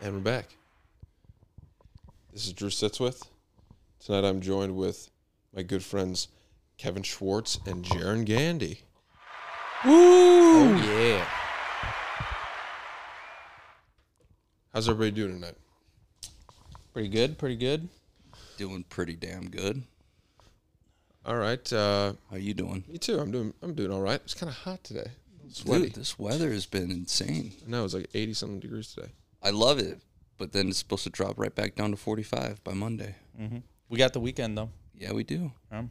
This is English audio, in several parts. And we're back. This is Drew Sitzwith. Tonight I'm joined with my good friends Kevin Schwartz and Jaron Gandy. Oh, Woo! Yeah. How's everybody doing tonight? Pretty good. Pretty good. Doing pretty damn good. All right. Uh, How you doing? me too. I'm doing. I'm doing all right. It's kind of hot today. Sweaty. Dude, this weather has been insane. No, it's like 80 something degrees today. I love it, but then it's supposed to drop right back down to 45 by Monday. Mm. We got the weekend though. Yeah, we do. Um,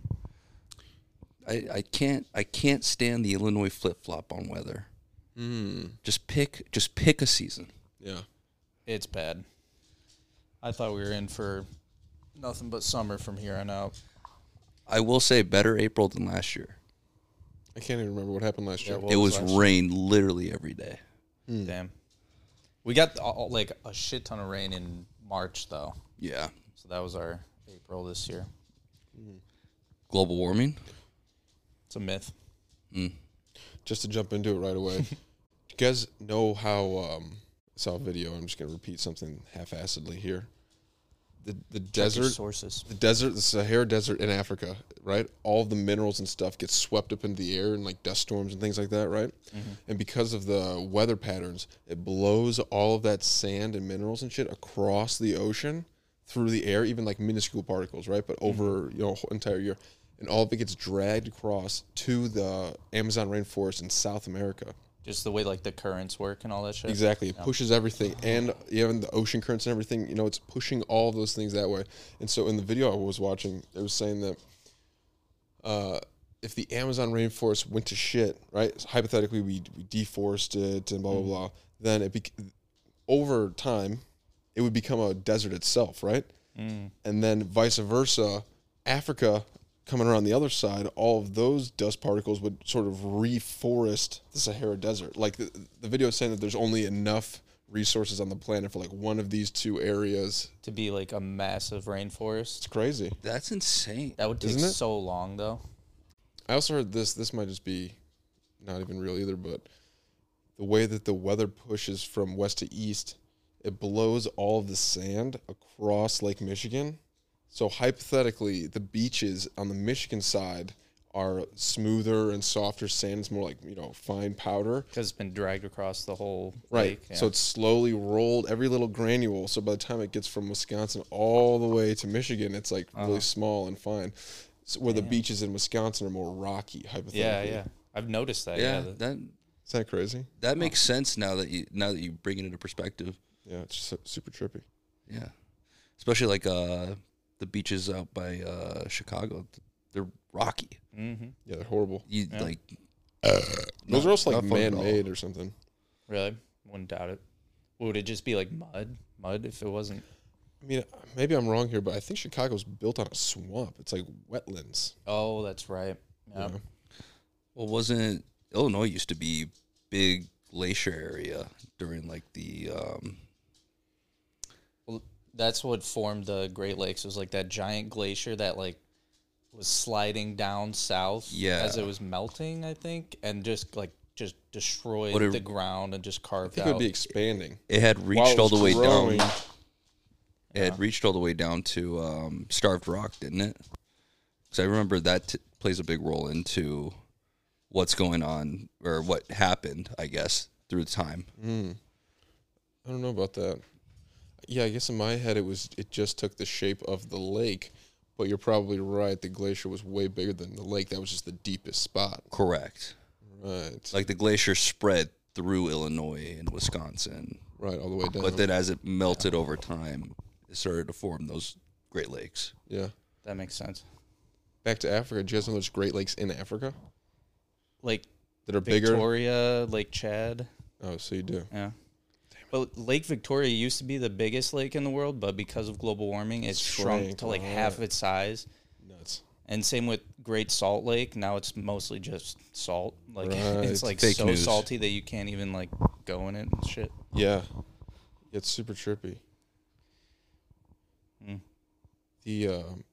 I, I can't I can't stand the Illinois flip flop on weather. Hmm. Just pick just pick a season. Yeah. it's bad. I thought we were in for nothing but summer from here on out. I will say better April than last year. I can't even remember what happened last year. well- What it was was last year? rain literally every day. Hmm. Damn. We got all, like a shit ton of rain in March though, Yeah. so that was our April this year. Global warming? It's a myth. Just to jump into it right away. do you guys know how? Um, I saw a video. I'm just gonna repeat something half-assedly here. The the desert sources. the desert, the Sahara Desert in Africa, right? All the minerals and stuff get swept up into the air and like dust storms and things like that, right? And because of the weather patterns, it blows all of that sand and minerals and shit across the ocean through the air, even like minuscule particles, right? But over you know whole entire year, and all of it gets dragged across to the Amazon rainforest in South America. Just the way like the currents work and all that shit. Exactly. It pushes everything and even the ocean currents and everything, you know, it's pushing all those things that way. And so in the video I was watching, it was saying that uh, if the Amazon rainforest went to shit, right? hypothetically, we, we deforest it and blah, blah, blah. Then it bec over time, it would become a desert itself, right? And then vice versa, Africa coming around the other side, all of those dust particles would sort of reforest the Sahara Desert. Like the, the video is saying that there's only enough resources on the planet for like one of these two areas. To be like a massive rainforest. It's crazy. That's insane. That would take Isn't it? so long though. I also heard this. This might just be not even real either, but the way that the weather pushes from west to east, it blows all of the sand across Lake Michigan. So hypothetically, the beaches on the Michigan side are smoother and softer sand. It's more like you know fine powder. Because it's been dragged across the whole Right. lake. Yeah. So it's slowly rolled every little granule. So by the time it gets from Wisconsin all the way to Michigan, it's like really small and fine. So where the beaches in Wisconsin are more rocky, hypothetically. yeah, yeah. I've noticed that. Yeah. yeah that- that Is that crazy? that makes sense now that you now that you bring it into perspective. Yeah, it's just su- super trippy. Yeah, especially like uh, the beaches out by uh, Chicago. They're rocky. Mm, Yeah, they're horrible. You like Those are also like not fun at all. man-made or something. Really? Wouldn't doubt it. Would it just be like mud? Mud if it wasn't? I mean, maybe I'm wrong here, but I think Chicago's built on a swamp. It's like wetlands. Oh, that's right. Yeah. well, wasn't Illinois used to be big glacier area during like the um, Well, that's what formed the Great Lakes. was like that giant glacier that like was sliding down south Yeah. as it was melting, I think, and just like just destroyed What it- the ground and just I carved think it out. would be expanding. it had While reached it all was the way growing, down. It had reached all the way down to um, Starved Rock, didn't it? Because I remember that t- plays a big role into what's going on or what happened, I guess, through time. Mm. I don't know about that. Yeah, I guess in my head it was it just took the shape of the lake, but you're probably right. The glacier was way bigger than the lake. That was just the deepest spot. Correct. Right. like the glacier spread through Illinois and Wisconsin, right, all the way down. but then as it melted over time, it started to form those Great Lakes. yeah. that makes sense. Back to Africa. Do you guys know there's great lakes in Africa Like that are bigger? Victoria, Lake Chad. Oh, so you do. Yeah. But Lake Victoria used to be the biggest lake in the world, but because of global warming, it's Shrank shrunk to like a half its size. Nuts. And same with Great Salt Lake. Now it's mostly just salt. Like Right. it's like Fake so news. salty that you can't even like go in it and shit. Yeah. It's super trippy. Mm. The um,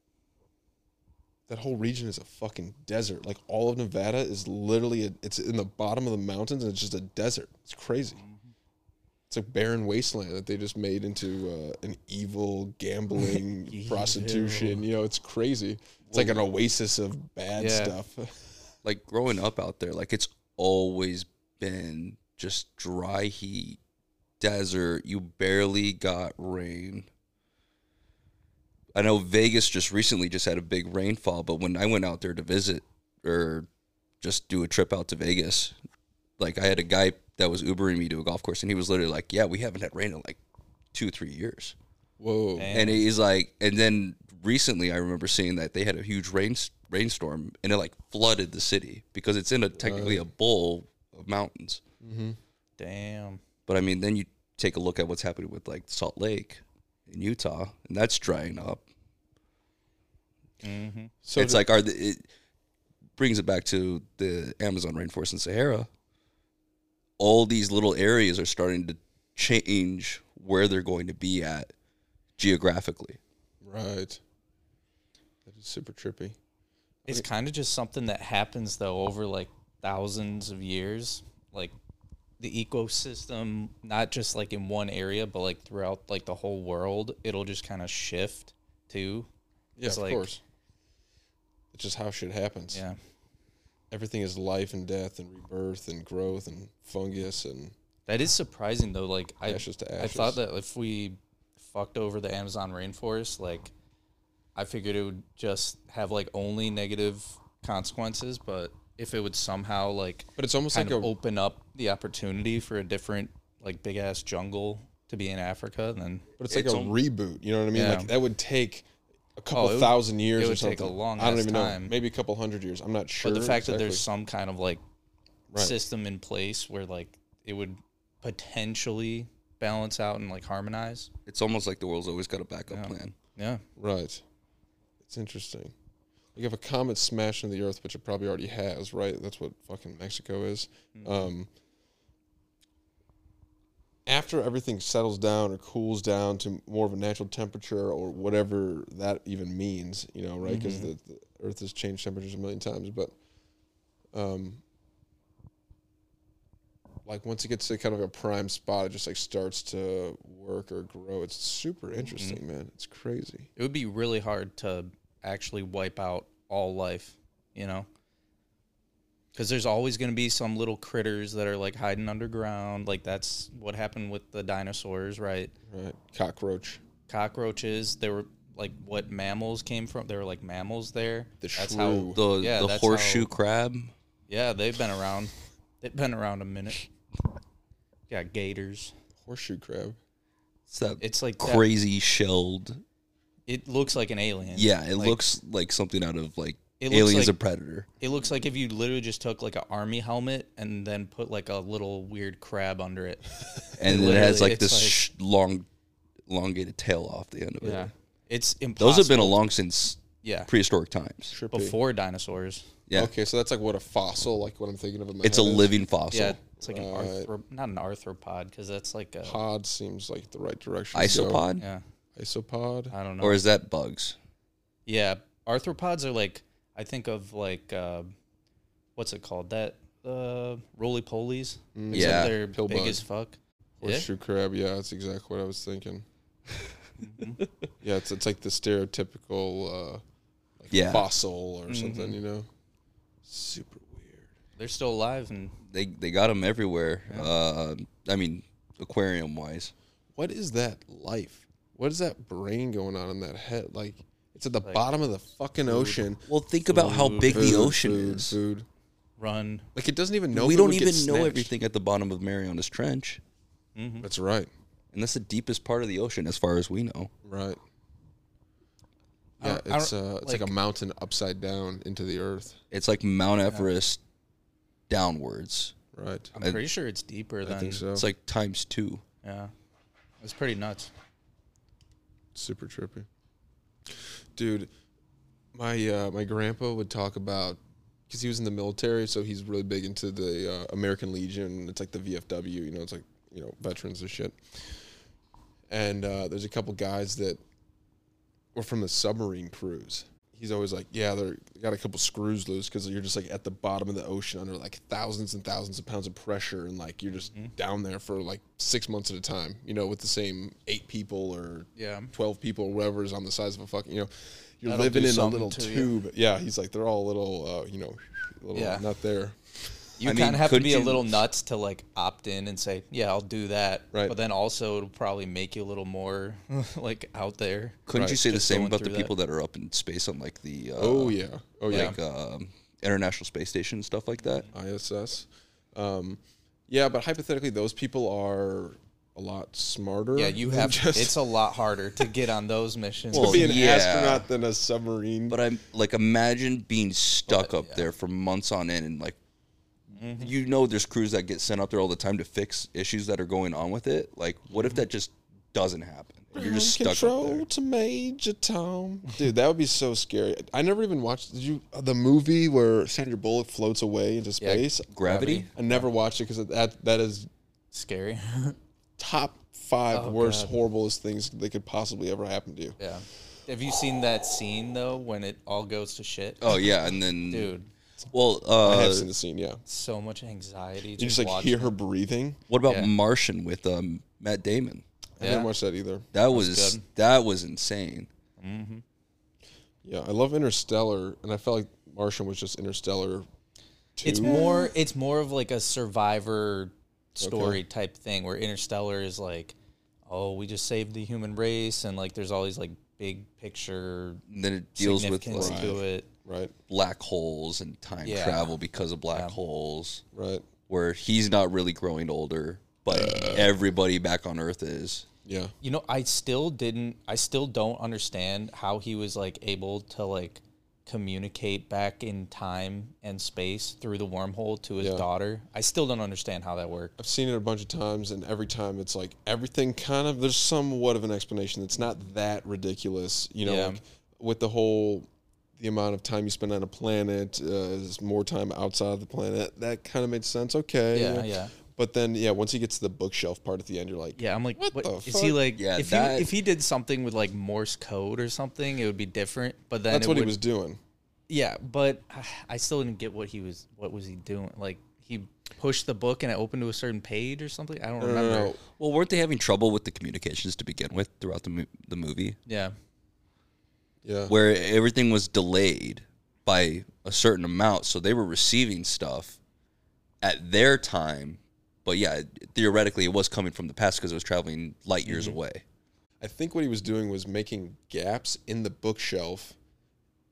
that whole region is a fucking desert. Like all of Nevada is literally a, it's in the bottom of the mountains and it's just a desert. It's crazy. It's It's like barren wasteland that they just made into uh, an evil gambling prostitution. You know, it's crazy. It's like an oasis of bad Yeah. stuff. like growing up out there, like it's always been just dry heat, desert. You barely got rain. I know Vegas just recently just had a big rainfall, but when I went out there to visit or just do a trip out to Vegas, like I had a guy that was Ubering me to a golf course, and he was literally like, "Yeah, we haven't had rain in like two, three years." Whoa. and he's like, and then recently I remember seeing that they had a huge rain rainstorm and it like flooded the city because it's in a technically a bowl of mountains. Damn. But I mean, then you take a look at what's happening with like Salt Lake in Utah, and that's drying up. Mm-hmm. So it's like, are the, it brings it back to the Amazon rainforest and Sahara. All these little areas are starting to change where they're going to be at geographically. right. That is super trippy. It's kind of just something that happens though over like thousands of years, like the ecosystem, not just like in one area, but like throughout like the whole world, it'll just kind of shift too. Yeah, It's of like- course. It's just how shit happens. Yeah, Everything is life and death and rebirth and growth and fungus and that is surprising though. Like I, Ashes to I thought ashes. that if we fucked over the Amazon rainforest, like I figured it would just have like only negative consequences, but if it would somehow like But it's almost kind like of a open up the opportunity for a different like big ass jungle to be in Africa, then but it's like It's a al- reboot. You know what I mean? Yeah. Oh, Like that would take a couple it would- thousand years. it or would take a something. long I don't ass even know. time. Maybe a couple hundred years. I'm not sure. but the fact that there's exactly. some kind of like Right. system in place where like it would potentially balance out and like harmonize. It's almost like the world's always got a backup plan. Yeah. right, it's interesting. Like if a comet smashed into the Earth, which it probably already has, right? That's what fucking Mexico is. Um, after everything settles down or cools down to more of a natural temperature or whatever that even means, you know, right? Because the, the Earth has changed temperatures a million times, but um, like once it gets to kind of a prime spot, it just like starts to work or grow. It's super interesting, man. It's crazy. It would be really hard to actually wipe out all life, you know? Because there's always going to be some little critters that are like hiding underground. Like that's what happened with the dinosaurs, right? Right, cockroach. Cockroaches, they were like what mammals came from. They were like mammals there. The that's shrew. how. the Yeah, the that's horseshoe how- crab. Yeah, they've been around. They've been around a minute. Yeah, gators. Horseshoe crab. It's that It's like that- crazy shelled. It looks like an alien. Yeah, it Like, looks like something out of like It looks Aliens like- and Predator. It looks like if you literally just took like an army helmet and then put like a little weird crab under it. And it literally- has like it's this like- sh- long, elongated tail off the end of it. It's impossible. Those have been along since yeah prehistoric times. Trippy. before dinosaurs. Yeah, Okay, so that's like what a fossil, like what I'm thinking of. In my it's a head is. living fossil. Yeah, it's like an Right. arthro, not an arthropod because that's like a pod. Seems like the right direction. to go. Isopod, yeah. Isopod. I don't know. or is that bugs? yeah, arthropods are like I think of like uh, what's it called that uh, roly polies. Yeah, they're pill big bug. as fuck. Yeah? Horseshoe crab. Yeah, that's exactly what I was thinking. yeah, it's it's like the stereotypical uh, like Yeah. fossil or something. You know, super weird. They're still alive and They they got them everywhere. Uh, I mean, aquarium wise. What is that life? What is that brain going on in that head? Like it's at the bottom of the fucking ocean. Well, think about how big the Food, ocean food, is. Food. run. Like it doesn't even know. we if it don't would get even know snatched. everything at the bottom of Mariana's Trench, That's right. and that's the deepest part of the ocean, as far as we know. Right. I Yeah, don't- I it's don't- uh, it's like, a like- mountain upside down into the earth. It's like Mount Everest downwards. Right. I'm I- pretty sure it's deeper I than think so. It's like times two. yeah. It's pretty nuts. super trippy. Dude, my uh, my grandpa would talk about because he was in the military, so he's really big into the uh, American Legion. It's like the VFW, you know, it's like you know veterans and shit. And uh, there's a couple guys that were from the submarine crews, he's always like, yeah, they're they got a couple screws loose because you're just like at the bottom of the ocean under like thousands and thousands of pounds of pressure, and like you're just down there for like six months at a time, you know, with the same eight people or Yeah. twelve people or whatever is on the size of a fucking, you know, you're That'll living do in a something little to you. tube. Yeah, he's like they're all little, uh, you know, little Yeah. not there. You I mean, kind of have to could be a you- little nuts to like opt in and say, "Yeah, I'll do that." Right. But then also, it'll probably make you a little more like out there. Couldn't you say the Just same going about the through that. people that. are up in space on like the uh, Oh yeah, oh yeah. like um, International Space Station and stuff like that? ISS. Um, yeah, but hypothetically, those people are a lot smarter. Yeah, you than have. just It's a lot harder to get on those missions. Well, be an yeah. astronaut than a submarine. But I'm like, imagine being stuck up there for months on end, and like, you know, there's crews that get sent up there all the time to fix issues that are going on with it. Like, what if that just doesn't happen? You're just stuck up Control there. to Major Tom, dude, that would be so scary. I never even watched. Did you uh, the movie where Sandra Bullock floats away into space? Gravity. I never watched it because that that is scary. top five Oh, worst, horriblest things that could possibly ever happen to you. yeah. Have you seen that scene though when it all goes to shit? Oh yeah, and then Dude, Well, I uh, have seen the scene. Yeah, so much anxiety. you just like hear her breathing. what about Yeah. Martian with um, Matt Damon? I didn't Yeah. watch that either. That was that was insane. Yeah, I love Interstellar, and I felt like Martian was just Interstellar. Too. It's more. It's more of like a survivor story type thing where Interstellar is like, oh, we just saved the human race, and like there's all these like big picture And then it deals with significance like, to it. right, black holes and time Yeah. travel because of black holes, right. where he's not really growing older, but everybody back on Earth is. Yeah, You know, I still didn't. I still don't understand how he was like able to like communicate back in time and space through the wormhole to his Yeah. daughter. I still don't understand how that worked. I've seen it a bunch of times, and every time it's like everything kind of there's somewhat of an explanation that's not that ridiculous, you know, Yeah. like with the whole the amount of time you spend on a planet uh, is more time outside of the planet. That kind of made sense. Okay, Yeah, yeah. But then, yeah, once he gets to the bookshelf part at the end, you're like, Yeah, I'm like, what the is he fuck? like? Yeah, if that- he if he did something with like Morse code or something, it would be different. But then that's it what would, he was doing. Yeah, but I still didn't get what he was. What was he doing? Like he pushed the book and it opened to a certain page or something. I don't No, remember. no, no. Well, weren't they having trouble with the communications to begin with throughout the mo- the movie, Yeah, Yeah, where everything was delayed by a certain amount, so they were receiving stuff at their time. But yeah, theoretically, it was coming from the past because it was traveling light years away. I think what he was doing was making gaps in the bookshelf,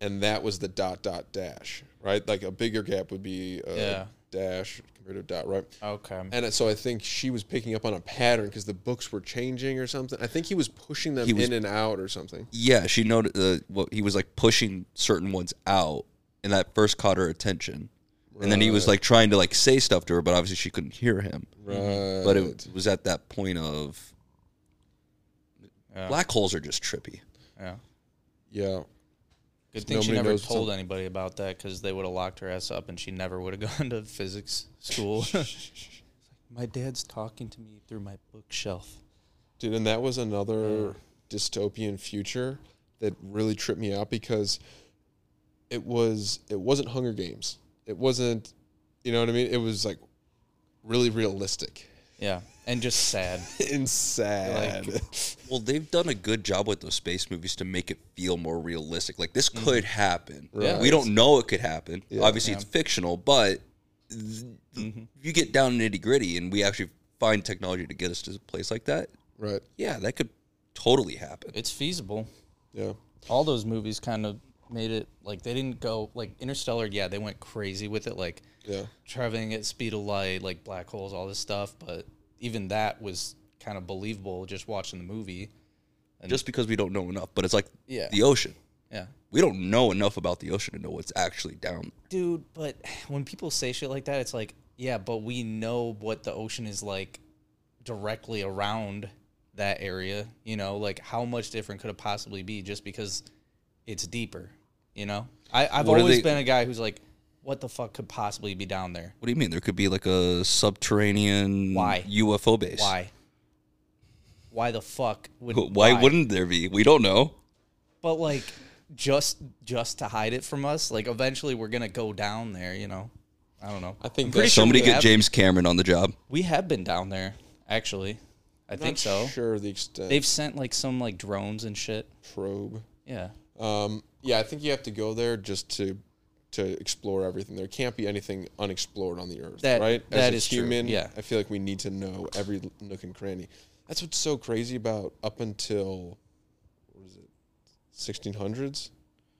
and that was the dot dot dash, right? Like a bigger gap would be a Yeah. dash compared to a dot, right? okay. And so I think she was picking up on a pattern because the books were changing or something. I think he was pushing them He was- in and out or something. Yeah, she noted uh, what he was like pushing certain ones out, and that first caught her attention. And then he was like trying to like say stuff to her, but obviously she couldn't hear him. Right. Mm-hmm. But it was at that point of black holes are just trippy. Yeah. yeah. Good thing she nobody never knows what's told anybody about that because they would have locked her ass up and she never would have gone to physics school. my dad's talking to me through my bookshelf. Dude, and that was another dystopian future that really tripped me out because it was it wasn't Hunger Games. It wasn't you know what I mean? It was like really realistic Yeah, and just sad. and sad. Well, they've done a good job with those space movies to make it feel more realistic. Like this Mm-hmm. could happen. Right. We don't know it could happen. Obviously, it's fictional, but th- Mm-hmm. you get down nitty gritty, and we actually find technology to get us to a place like that. right. Yeah, that could totally happen. it's feasible. Yeah. all those movies kind of made it like they didn't go like Interstellar. Yeah, they went crazy with it, like Yeah. traveling at speed of light, like black holes, all this stuff. But even that was kind of believable just watching the movie. Just because we don't know enough, but it's like Yeah. the ocean. Yeah, We don't know enough about the ocean to know what's actually down. there. dude. But when people say shit like that, it's like, yeah, but we know what the ocean is like directly around that area. You know, like how much different could it possibly be just because it's deeper? You know, I, I've What are always they- been a guy who's like, what the fuck could possibly be down there? What do you mean? There could be like a subterranean Why? UFO base. Why? Why the fuck would? Why, wouldn't there be? We don't know. But like, just just to hide it from us. Like eventually we're gonna go down there, you know. I don't know. I think pretty that's- sure Somebody we get have- James Cameron on the job. We have been down there, actually. I think so. Sure, the extent They've sent like some like drones and shit. probe. Yeah. Um, yeah, I think you have to go there just to to explore everything. There can't be anything unexplored on the earth, That- right? that a is true, human, yeah. I feel like we need to know every l- nook and cranny. That's what's so crazy about up until what is it, sixteen hundreds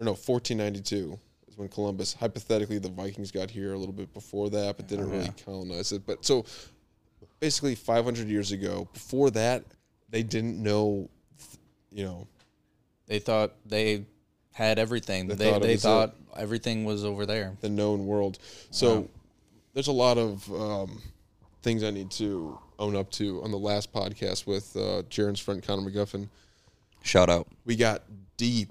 or no, fourteen ninety two is when Columbus. Hypothetically, the Vikings got here a little bit before that, but Oh, didn't really colonize it. But so basically, five hundred years ago, before that, they didn't know, th- you know. They thought they had everything. They they thought thought, it was everything was over there. the known world. So there's a lot of um, things I need to own up to on the last podcast with uh, Jaron's friend Connor McGuffin. Shout out. We got deep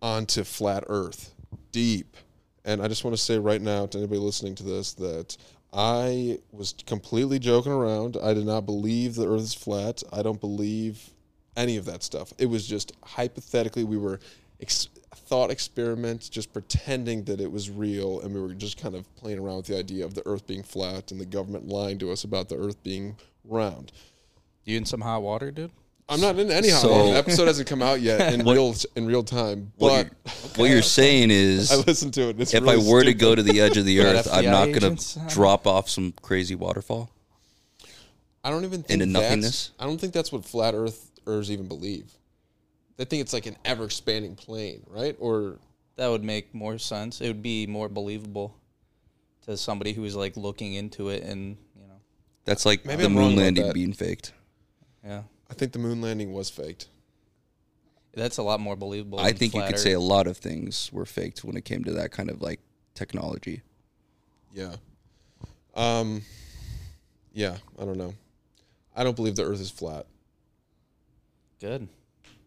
onto flat Earth, deep, and I just want to say right now to anybody listening to this that. I was completely joking around. I did not believe the earth is flat. I don't believe any of that stuff. It was just hypothetically, we were ex- thought experiments, just pretending that it was real, and we were just kind of playing around with the idea of the Earth being flat and the government lying to us about the Earth being round. You in some hot water, dude? I'm not in any hot So- water. The episode hasn't come out yet in real in real time, What, but you're, what you're saying is, I listened to it. and It's if I really were to stupid. go to the edge of the earth, I'm FBI not going agents, to huh? drop off some crazy waterfall. I don't even think into that's- nothingness? I don't think that's what flat earthers even believe. They think it's like an ever expanding plane, right? Or That would make more sense. It would be more believable to somebody who is like looking into it and you know, That's like Maybe the I'm wrong moon about landing that. being faked. yeah. I think the moon landing was faked. That's a lot more believable. I than think you flat could Earth. say a lot of things were faked when it came to that kind of like technology. Yeah. Um yeah, I don't know. I don't believe the earth is flat. good.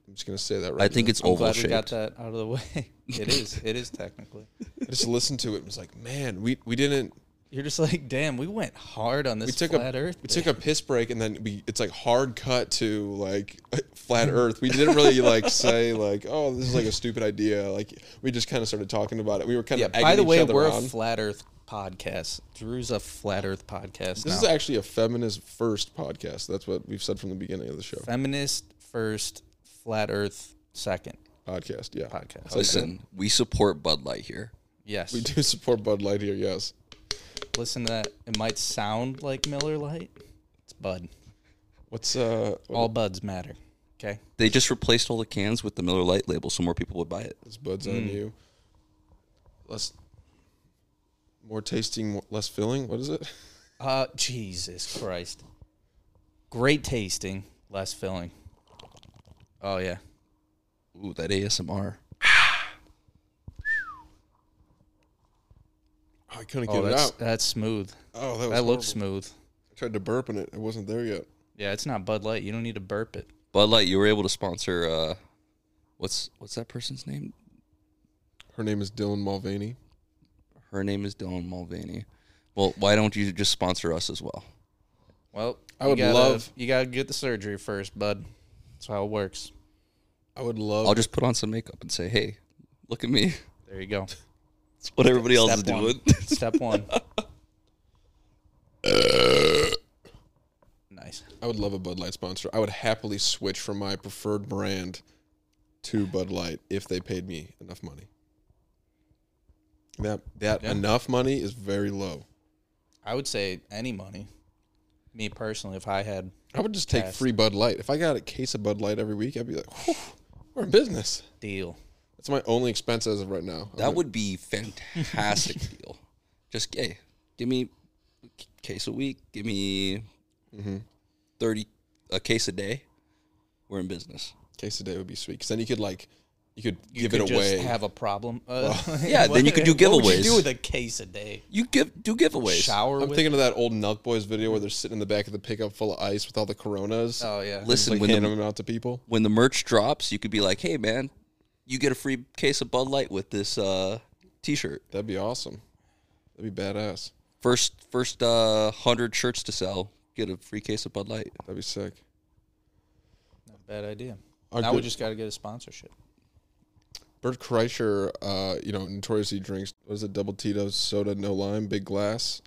I'm just going to say that right. I think now. it's I'm oval glad we got shaped. that out of the way. It is. It is technically. I just listened to it and was like, "Man, we we didn't You're just like, damn, we went hard on this we took flat a Earth. we took a piss break and then we it's like hard cut to like Mm-hmm. flat earth. We didn't really like say like, "Oh, this is like a stupid idea." Like we just kind of started talking about it. We were kind yeah. of egging By the each way, other we're on. a flat Earth podcast. Drew's a flat Earth podcast. This now. is actually a feminist first podcast. That's what we've said from the beginning of the show. feminist first, flat Earth second Podcast, yeah. podcast. Listen, we support Bud Light here. yes, We do support Bud Light here, yes. listen to that. It might sound like Miller Lite. It's Bud. What's uh what All buds matter. Okay. They just replaced all the cans with the Miller Light label so more people would buy it. is Bud's Mm. on you? Less more tasting, more, less filling. What is it? Uh, Jesus Christ. Great tasting, less filling. Oh yeah. Ooh, that ASMR. Oh, I couldn't Oh, get it that's out. that's smooth. Oh, that was That horrible. looks smooth. I tried to burp in it. It wasn't there yet. Yeah, it's not Bud Light. You don't need to burp it. Bud Light, you were able to sponsor uh what's what's that person's name? Her name is Dylan Mulvaney. Her name is Dylan Mulvaney. Well, why don't you just sponsor us as well? Well, I you would gotta- love- You gotta get the surgery first, bud. That's how it works. I would love. I'll just put on some makeup and say, "Hey, look at me." There you go. It's what everybody else is Step one. doing. Step one. nice. I would love a Bud Light sponsor. I would happily switch from my preferred brand to Bud Light if they paid me enough money. That that Yeah. enough money is very low. I would say any money. Me personally, if I had I would just take Pass. free Bud Light. If I got a case of Bud Light every week, I'd be like, "Whew, we're in business. deal. That's my only expense as of right now. that would be fantastic deal. Just hey, give me a c- case a week. Give me Mm-hmm. thirty a case a day. We're in business. case a day would be sweet. Because then you could like, you could give could it just away. have a problem. Uh, yeah, then you could do What would you do giveaways. with a case a day? You give do giveaways. Shower I'm with? thinking of that old Nut Boys video where they're sitting in the back of the pickup full of ice with all the Coronas. oh yeah. Listen, like when handing the them out to people. when the merch drops, you could be like, "Hey, man, you get a free case of Bud Light with this uh, T-shirt." That'd be awesome. That'd be badass. First, first uh, hundred shirts to sell, get a free case of Bud Light. That'd be sick. Not a bad idea. Our now we good- just got to get a sponsorship. Bert Kreischer, uh, you know, notoriously drinks was it double Tito's soda, no lime, big glass.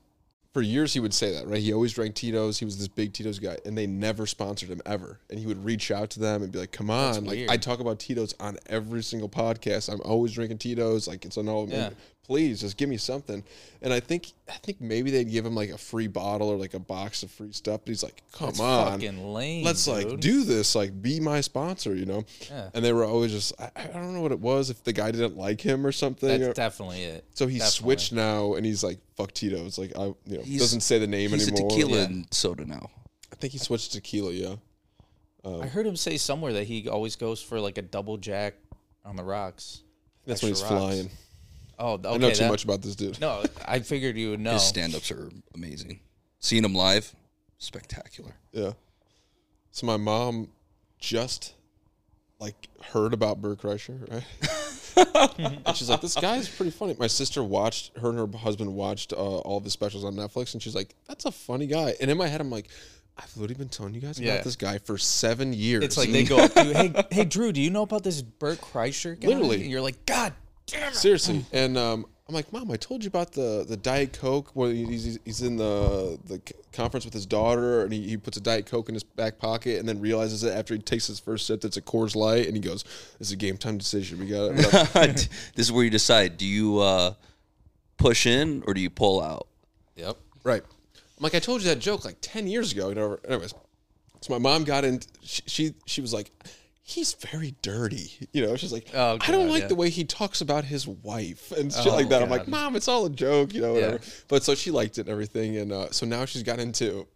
For years, he would say that, right? He always drank Tito's. He was this big Tito's guy, and they never sponsored him ever. And he would reach out to them and be like, "Come on!" Like weird. I talk about Tito's on every single podcast. I'm always drinking Tito's. Like it's on all. Yeah. Please just give me something. And I think I think maybe they'd give him like a free bottle or like a box of free stuff. But he's like, "Come It's on, fucking lame. let's like dude. do this like be my sponsor you know Yeah. and they were always just I, I don't know what it was if the guy didn't like him or something That's or- definitely it. so he definitely. switched now and he's like fuck tito's like i you know He's- doesn't say the name He's anymore a tequila Yeah. and soda now. i think he switched to tequila yeah I heard him say somewhere that he always goes for like a double jack on the rocks. that's when he's Extra rocks. flying Oh, okay. i know too that- much about this dude No, I figured you would know. His stand ups are amazing. Seeing him live, spectacular. yeah so my mom just like heard about Bert Kreischer, right? and she's like, "This guy's pretty funny." My sister watched her and her husband watched uh, all of his specials on Netflix, and she's like, "That's a funny guy." And in my head, I'm like, "I've literally been telling you guys Yeah. about this guy for seven years." It's like they go up to you, hey, hey, Drew, do you know about this Burt Kreischer guy? Literally. And you're like, God damn it. seriously, and um, I'm like, "Mom, I told you about the the Diet Coke where he's, he's- he's in the the c- conference with his daughter, and he, he puts a Diet Coke in his back pocket, and then realizes it after he takes his first sip. That's a Coors Light, and he goes, "It's a game time decision. We got it." this is where you decide do you uh, push in or do you pull out? Yep. Right. I'm like, I told you that joke like 10 years ago. You know, anyways, so my mom got in. She, she, she was like, he's very dirty. You know, she's like, Oh, I don't God, like yeah. Oh, the way he talks about his wife and shit like that. I'm like, God. mom, it's all a joke, you know, whatever. Yeah. But so she liked it and everything. And uh, so now she's got into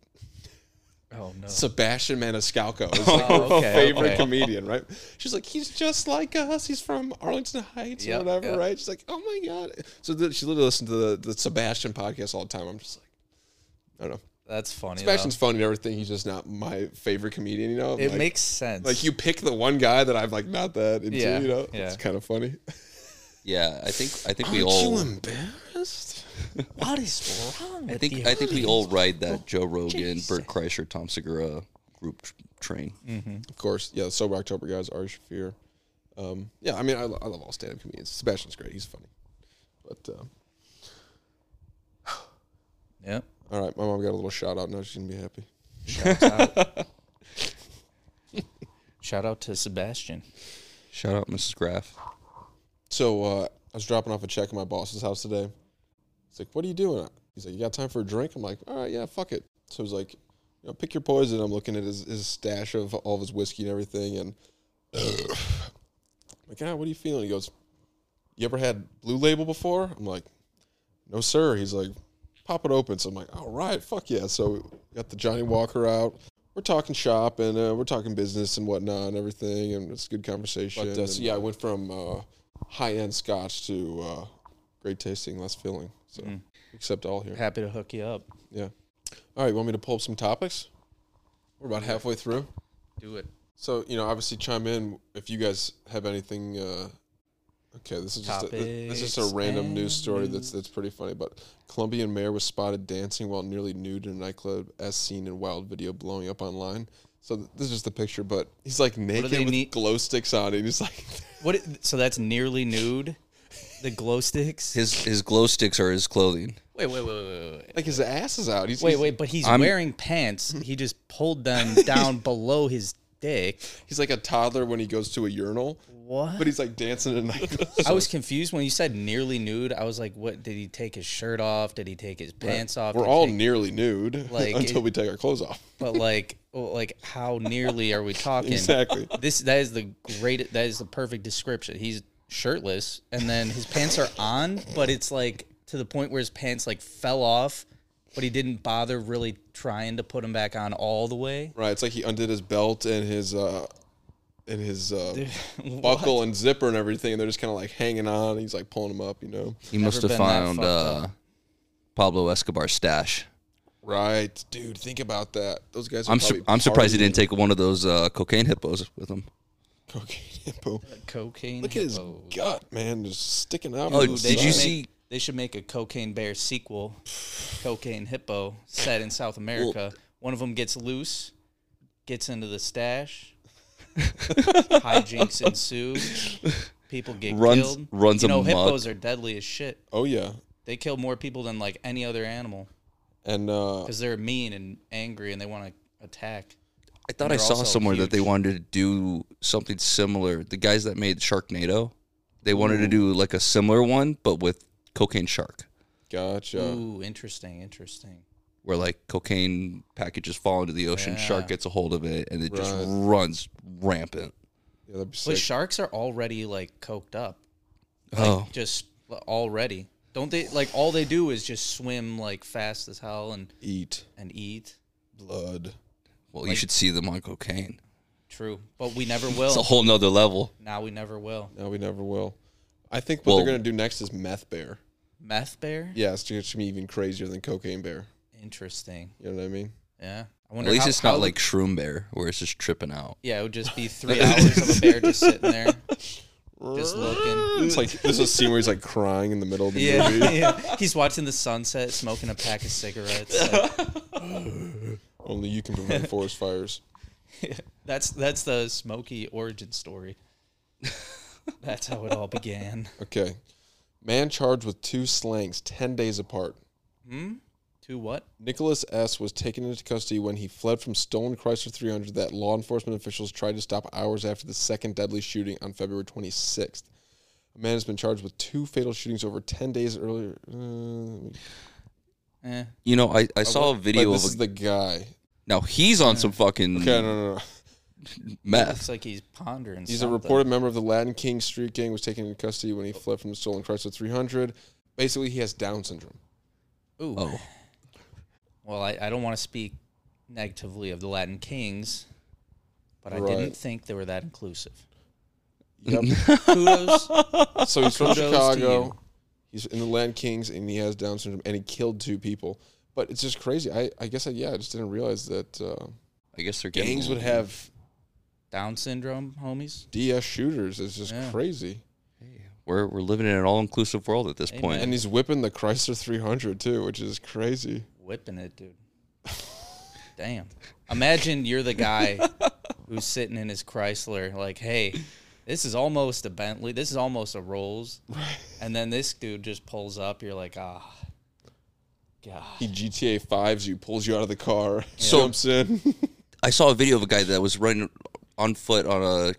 Oh, no. Sebastian Maniscalco. It's like Oh, her okay, favorite okay. comedian, right? She's like, he's just like us. He's from Arlington Heights Yep, or whatever, yep. right? She's like, oh my god. So the, she literally listened to the, the Sebastian podcast all the time. I'm just like, I don't know. That's funny. though. Sebastian's funny and everything. He's just not my favorite comedian, you know. It like, makes sense. like you pick the one guy that I'm like not that into, Yeah, you know. yeah. It's kind of funny. Yeah, I think I think we all embarrassed? what is wrong I think I think we all ride Oh, that Joe Rogan, Bert Kreischer, Tom Segura group tr- train. Mm-hmm. Of course, yeah. Sober October guys, Ari Shafir. Um, yeah, I mean, I, lo- I love all stand-up comedians. Sebastian's great; he's funny. But uh, Yep. all right, my mom got a little shout out. Now she's gonna be happy. Shout out. Shout out to Sebastian. Shout out Mrs. Graff. So uh, I was dropping off a check at my boss's house today. He's like, "What are you doing?" He's like, "You got time for a drink?" I'm like, "All right, yeah, fuck it." So he's like, "You know, pick your poison." I'm looking at his, his stash of all of his whiskey and everything, and I'm like, "Ah, what are you feeling?" He goes, "You ever had Blue Label before?" I'm like, "No, sir." He's like, "Pop it open." So I'm like, "All right, fuck yeah!" So we got the Johnny Walker out. We're talking shop and uh, we're talking business and whatnot and everything, and it's a good conversation. But, uh, so yeah, I went from uh, high end scotch to uh, great tasting, less filling. So accept all here. Happy to hook you up. Yeah. All right, you want me to pull up some topics? We're about halfway through. Do it. So, you know, obviously chime in if you guys have anything uh Okay, this is just a, thi- this is just Topics a random and news story that's that's pretty funny, but Colombian mayor was spotted dancing while nearly nude in a nightclub as seen in wild video blowing up online. So th- this is just the picture, but he's like naked they with need- glow sticks on and he's like What? i- So that's nearly nude. The glow sticks. His his glow sticks are his clothing. Wait, wait, wait, wait, wait, wait. like his ass is out. He's Wait, he's, wait. But he's I'm- wearing pants. He just pulled them down below his dick. he's like a toddler when he goes to a urinal, What? but he's like dancing in a nightclub. I was confused when you said nearly nude. I was like, what? Did he take his shirt off? Did he take his pants off? We're Did he all take- nearly nude like, until it- we take our clothes off. but like, well, like how nearly are we talking? Exactly. This that is the great. That is the perfect description. He's shirtless, and then his pants are on, but it's like to the point where his pants like fell off, but he didn't bother really trying to put them back on all the way. Right, it's like he undid his belt and his uh and his uh, buckle and zipper and everything, and they're just kind of like hanging on. And he's like pulling them up, you know. He must have been that found fucked uh, Pablo Escobar stash. Right, dude. Think about that. Those guys. Are I'm sur- probably I'm surprised he partying. didn't take one of those uh, cocaine hippos with him. cocaine hippo. Cocaine. Look at his hippo. gut, man, just sticking out. Oh, from the did you side. see- Make- They should make a Cocaine Bear sequel, Cocaine Hippo, set in South America. One of them gets loose, gets into the stash, hijinks ensue, People get Runs- killed. runs you know, amok. hippos are deadly as shit. Oh yeah, They kill more people than like any other animal and uh, because they're mean and angry and they want to attack. I thought I They're saw also somewhere that they huge. wanted to do something similar. The guys that made Sharknado, they wanted to do like a similar one, but with cocaine shark, Uh. gotcha. Ooh, interesting, interesting. where like cocaine packages fall into the ocean, shark Yeah. gets a hold of it, and it just Right. runs rampant. Yeah, that'd be But sick. sharks are already like coked up. Like, Oh, just already. Don't they like all they do is just swim like fast as hell and Eat and eat. blood. well, you should see them on cocaine. True, but we never It's a will. whole nother level. now we never will. No, we never will. I think what Well- they're gonna do next is meth bear. Meth bear. Yeah, it's just gonna be even crazier than cocaine bear. Interesting. You know what I mean? Yeah. I At wonder. least how- it's how not the- like Shroom Bear, where it's just tripping out. Yeah, it would just be three hours of a bear just sitting there, just looking. It's like there's a scene where he's like crying in the middle of the Yeah, movie. yeah. He's watching the sunset, smoking a pack of cigarettes. like- Only you can prevent forest fires. that's that's the Smokey origin story. That's how it all began. Okay. Man charged with two slangs 10 days apart. To what? Nicholas S. was taken into custody when he fled from stolen Chrysler 300 that law enforcement officials tried to stop hours after the second deadly shooting on February 26th. A man has been charged with two fatal shootings over 10 days earlier. Uh, Eh. You know, I, I saw a but video this of a, is the guy. now he's on some fucking Okay, no, no, no. meth. Looks like he's pondering. He's a something. reported member of the Latin King Street Gang, was taken into custody when he fled from the stolen Chrysler 300. Basically, he has Down syndrome. Ooh. Oh. Well, I, I don't want to speak negatively of the Latin Kings, but I Right. didn't think they were that inclusive. Yep. Kudos. So he's from Kudos to you. Chicago. He's in the Land Kings, and he has Down syndrome, and he killed two people. But it's just crazy. I, I guess I yeah, I just didn't realize that uh, I guess they're getting gangs would have Down syndrome, homies. DS shooters. It's just Yeah. crazy. We're we're living in an all inclusive world at this point. And he's whipping the Chrysler 300 too, which is crazy. Whipping it, dude. Damn. Imagine you're the guy who's sitting in his Chrysler, like, hey, this is almost a Bentley. This is almost a Rolls. And then this dude just pulls up. You're like, ah, God. He GTA fives you, pulls you out of the car, So- jumps in. I saw a video of a guy that was running on foot on a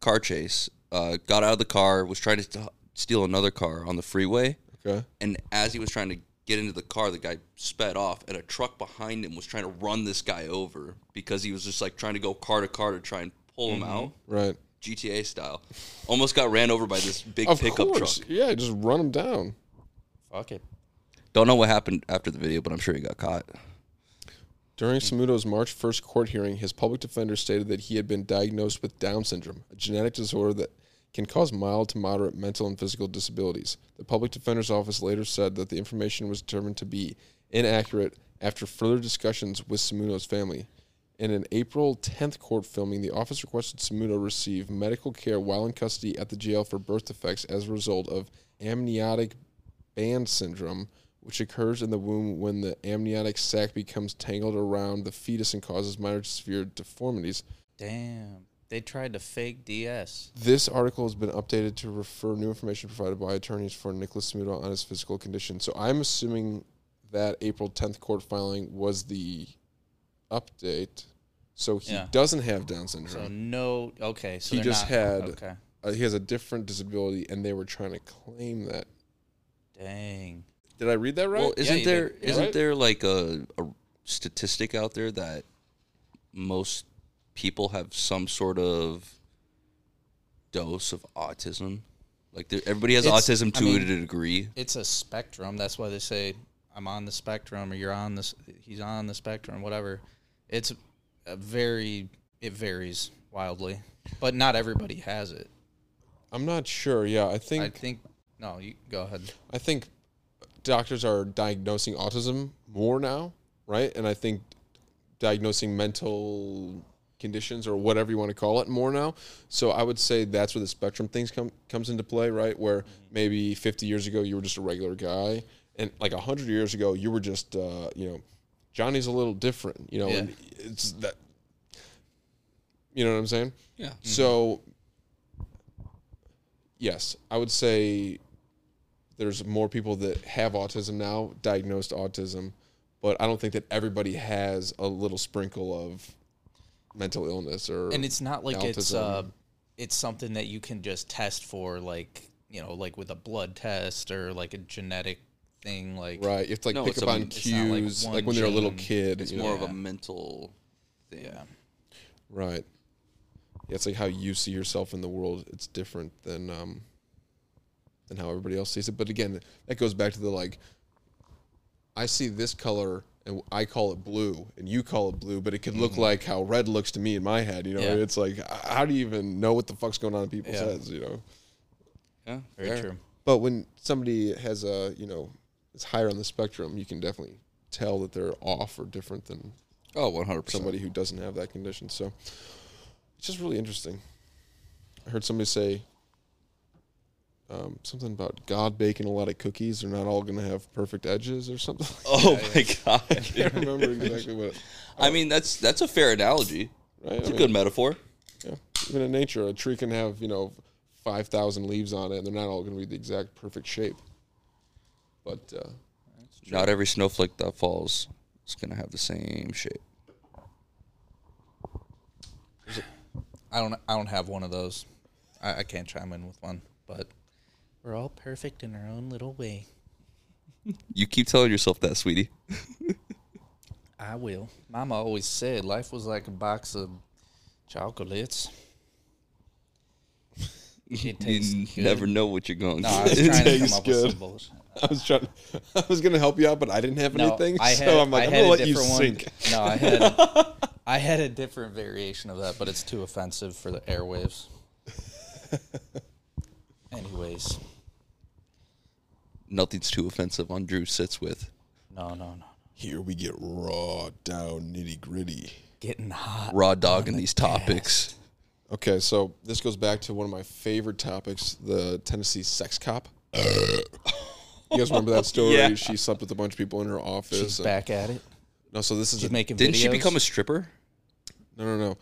car chase. Uh, got out of the car, was trying to st- steal another car on the freeway, okay. and as he was trying to get into the car, the guy sped off, and a truck behind him was trying to run this guy over because he was just like trying to go car to car to try and pull Mm-hmm. him out. Right. GTA style, almost got ran over by this big Of pickup course. truck. Yeah, just run him down. Fuck it. Don't know what happened after the video, but I'm sure he got caught. During Samudo's March 1st court hearing, his public defender stated that he had been diagnosed with Down syndrome, a genetic disorder that can cause mild to moderate mental and physical disabilities. The public defender's office later said that the information was determined to be inaccurate after further discussions with Samudo's family. In an April 10th court filming, the office requested Samudo receive medical care while in custody at the jail for birth defects as a result of amniotic band syndrome, which occurs in the womb when the amniotic sac becomes tangled around the fetus and causes minor to severe deformities. Damn. They tried to fake DS. This article has been updated to refer new information provided by attorneys for Nicholas Smudo on his physical condition. So I'm assuming that April 10th court filing was the update. So he Yeah. doesn't have Down So syndrome. no, okay. So Mm-hmm. he they're just not- had Okay. uh, he has a different disability, and they were trying to claim that. Dang. Did I read that right? Well, Yeah, isn't you there did. Yeah. not Right? there like a, a statistic out there that most people have some sort of dose of autism? Like there, everybody has It's- autism I to mean- a degree. It's a spectrum. That's why they say I'm on the spectrum, or you're on this. He's on the spectrum, whatever. It's a very. It varies wildly, but not everybody has it. I'm not sure. Yeah, I think I think. No, you go ahead. I think doctors are diagnosing autism more now, right? And I think diagnosing mental conditions or whatever you want to call it more now. So I would say that's where the spectrum things come comes into play, right? Where maybe 50 years ago you were just a regular guy and like 100 years ago you were just uh, you know Johnny's a little different, you know, Yeah. and it's that Mm-hmm. you know what I'm saying? Yeah. So yes, I would say there's more people that have autism now, diagnosed autism, but I don't think that everybody has a little sprinkle of mental illness or and it's not like it's uh, autism. it's something that you can just test for, like you know, like with a blood test or like a genetic thing, like right. You have to like No, pick it's up a- on it's not like cues, like, one when they're a little gene. kid. It's you know? more of a mental thing. Yeah. Right. Yeah, it's like how you see yourself in the world. It's different than um than how everybody else sees it. But again, that goes back to the like I see this color and I call it blue and you call it blue, but it could look like how red looks to me in my head, you know? Mm-hmm. Yeah. It's like h- how do you even know what the fuck's going on in people's Yeah. heads, you know? Yeah, Very fair. true. But when somebody has a, you know, is higher on the spectrum, you can definitely tell that they're off or different than Oh, one hundred percent. somebody who doesn't have that condition. So it's just really interesting. I heard somebody say um, something about God baking a lot of cookies. They're not all going to have perfect edges or something. Oh my god! I can't remember exactly what. It, I mean, that's that's a fair analogy. right? I It's a mean, good metaphor. Yeah. Even in nature, a tree can have you know five thousand leaves on it, and they're not all going to be the exact perfect shape. But uh, Not every snowflake that falls is gonna have the same shape. I don't I don't have one of those. I, I can't chime in with one, but we're all perfect in our own little way. You keep telling yourself that, sweetie. I will. Mama always said life was like a box of chocolates. It tastes You good. never know what you're going. No, through. I was trying to come tastes up good. with some bullshit. I was trying. I was going to help you out, but I didn't have No, anything. I had, so I'm like, I I'm had going to a let you different one. sink. No, I had, I had a different variation of that, but it's too offensive for the airwaves. Anyways, Nothing's too offensive on Drew sits with. no, no, no. Here we get raw, down, nitty gritty. Getting hot. Raw dog in these topics. Okay, so this goes back to one of my favorite topics, the Tennessee sex cop. you guys remember that story? Yeah. She slept with a bunch of people in her office. She's and- back at it. No, so this is She's a, making Didn't videos. she become a stripper? no, no, no.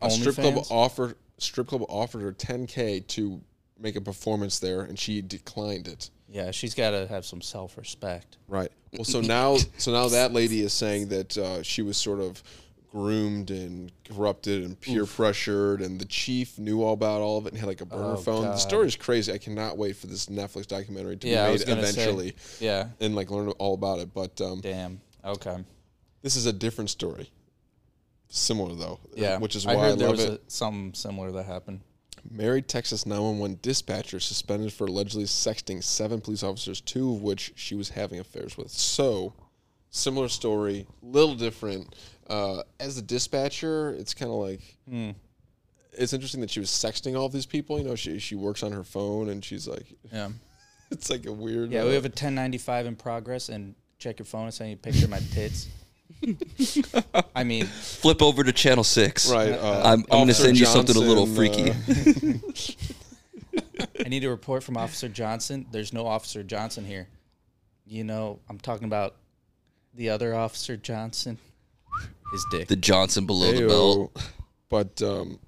A strip club OnlyFans? offered strip club offered her 10k to make a performance there, and she declined it. Yeah, she's got to have some self respect. Right. Well, so now, so now that lady is saying that uh, she was sort of groomed and corrupted and peer pressured, and the chief knew all about all of it and had Oh, like a burner phone. The story is crazy. I cannot wait for this Netflix documentary to Yeah, I be was made gonna say. eventually Yeah. and like learn all about it. But um, Damn. Okay. this is a different story, similar though. Yeah. Which is I why I, heard there love was it. A, something similar that happened. Married Texas 911 dispatcher suspended for allegedly sexting seven police officers, two of which she was having affairs with. So, similar story, little different. Uh, as the dispatcher, it's kind of like it's interesting that she was sexting all of these people. You know, she she works on her phone and she's like, Yeah. it's like a weird. Yeah, uh, we have a 1095 in progress, and check your phone and send you a picture of my tits. I mean, Flip over to channel six. right. Uh, I'm, I'm gonna Officer send you something a little Johnson, freaky. uh, I need a report from Officer Johnson. There's no Officer Johnson here. You know, I'm talking about the other Officer Johnson. His dick. the Johnson below the Ayo. belt. But um,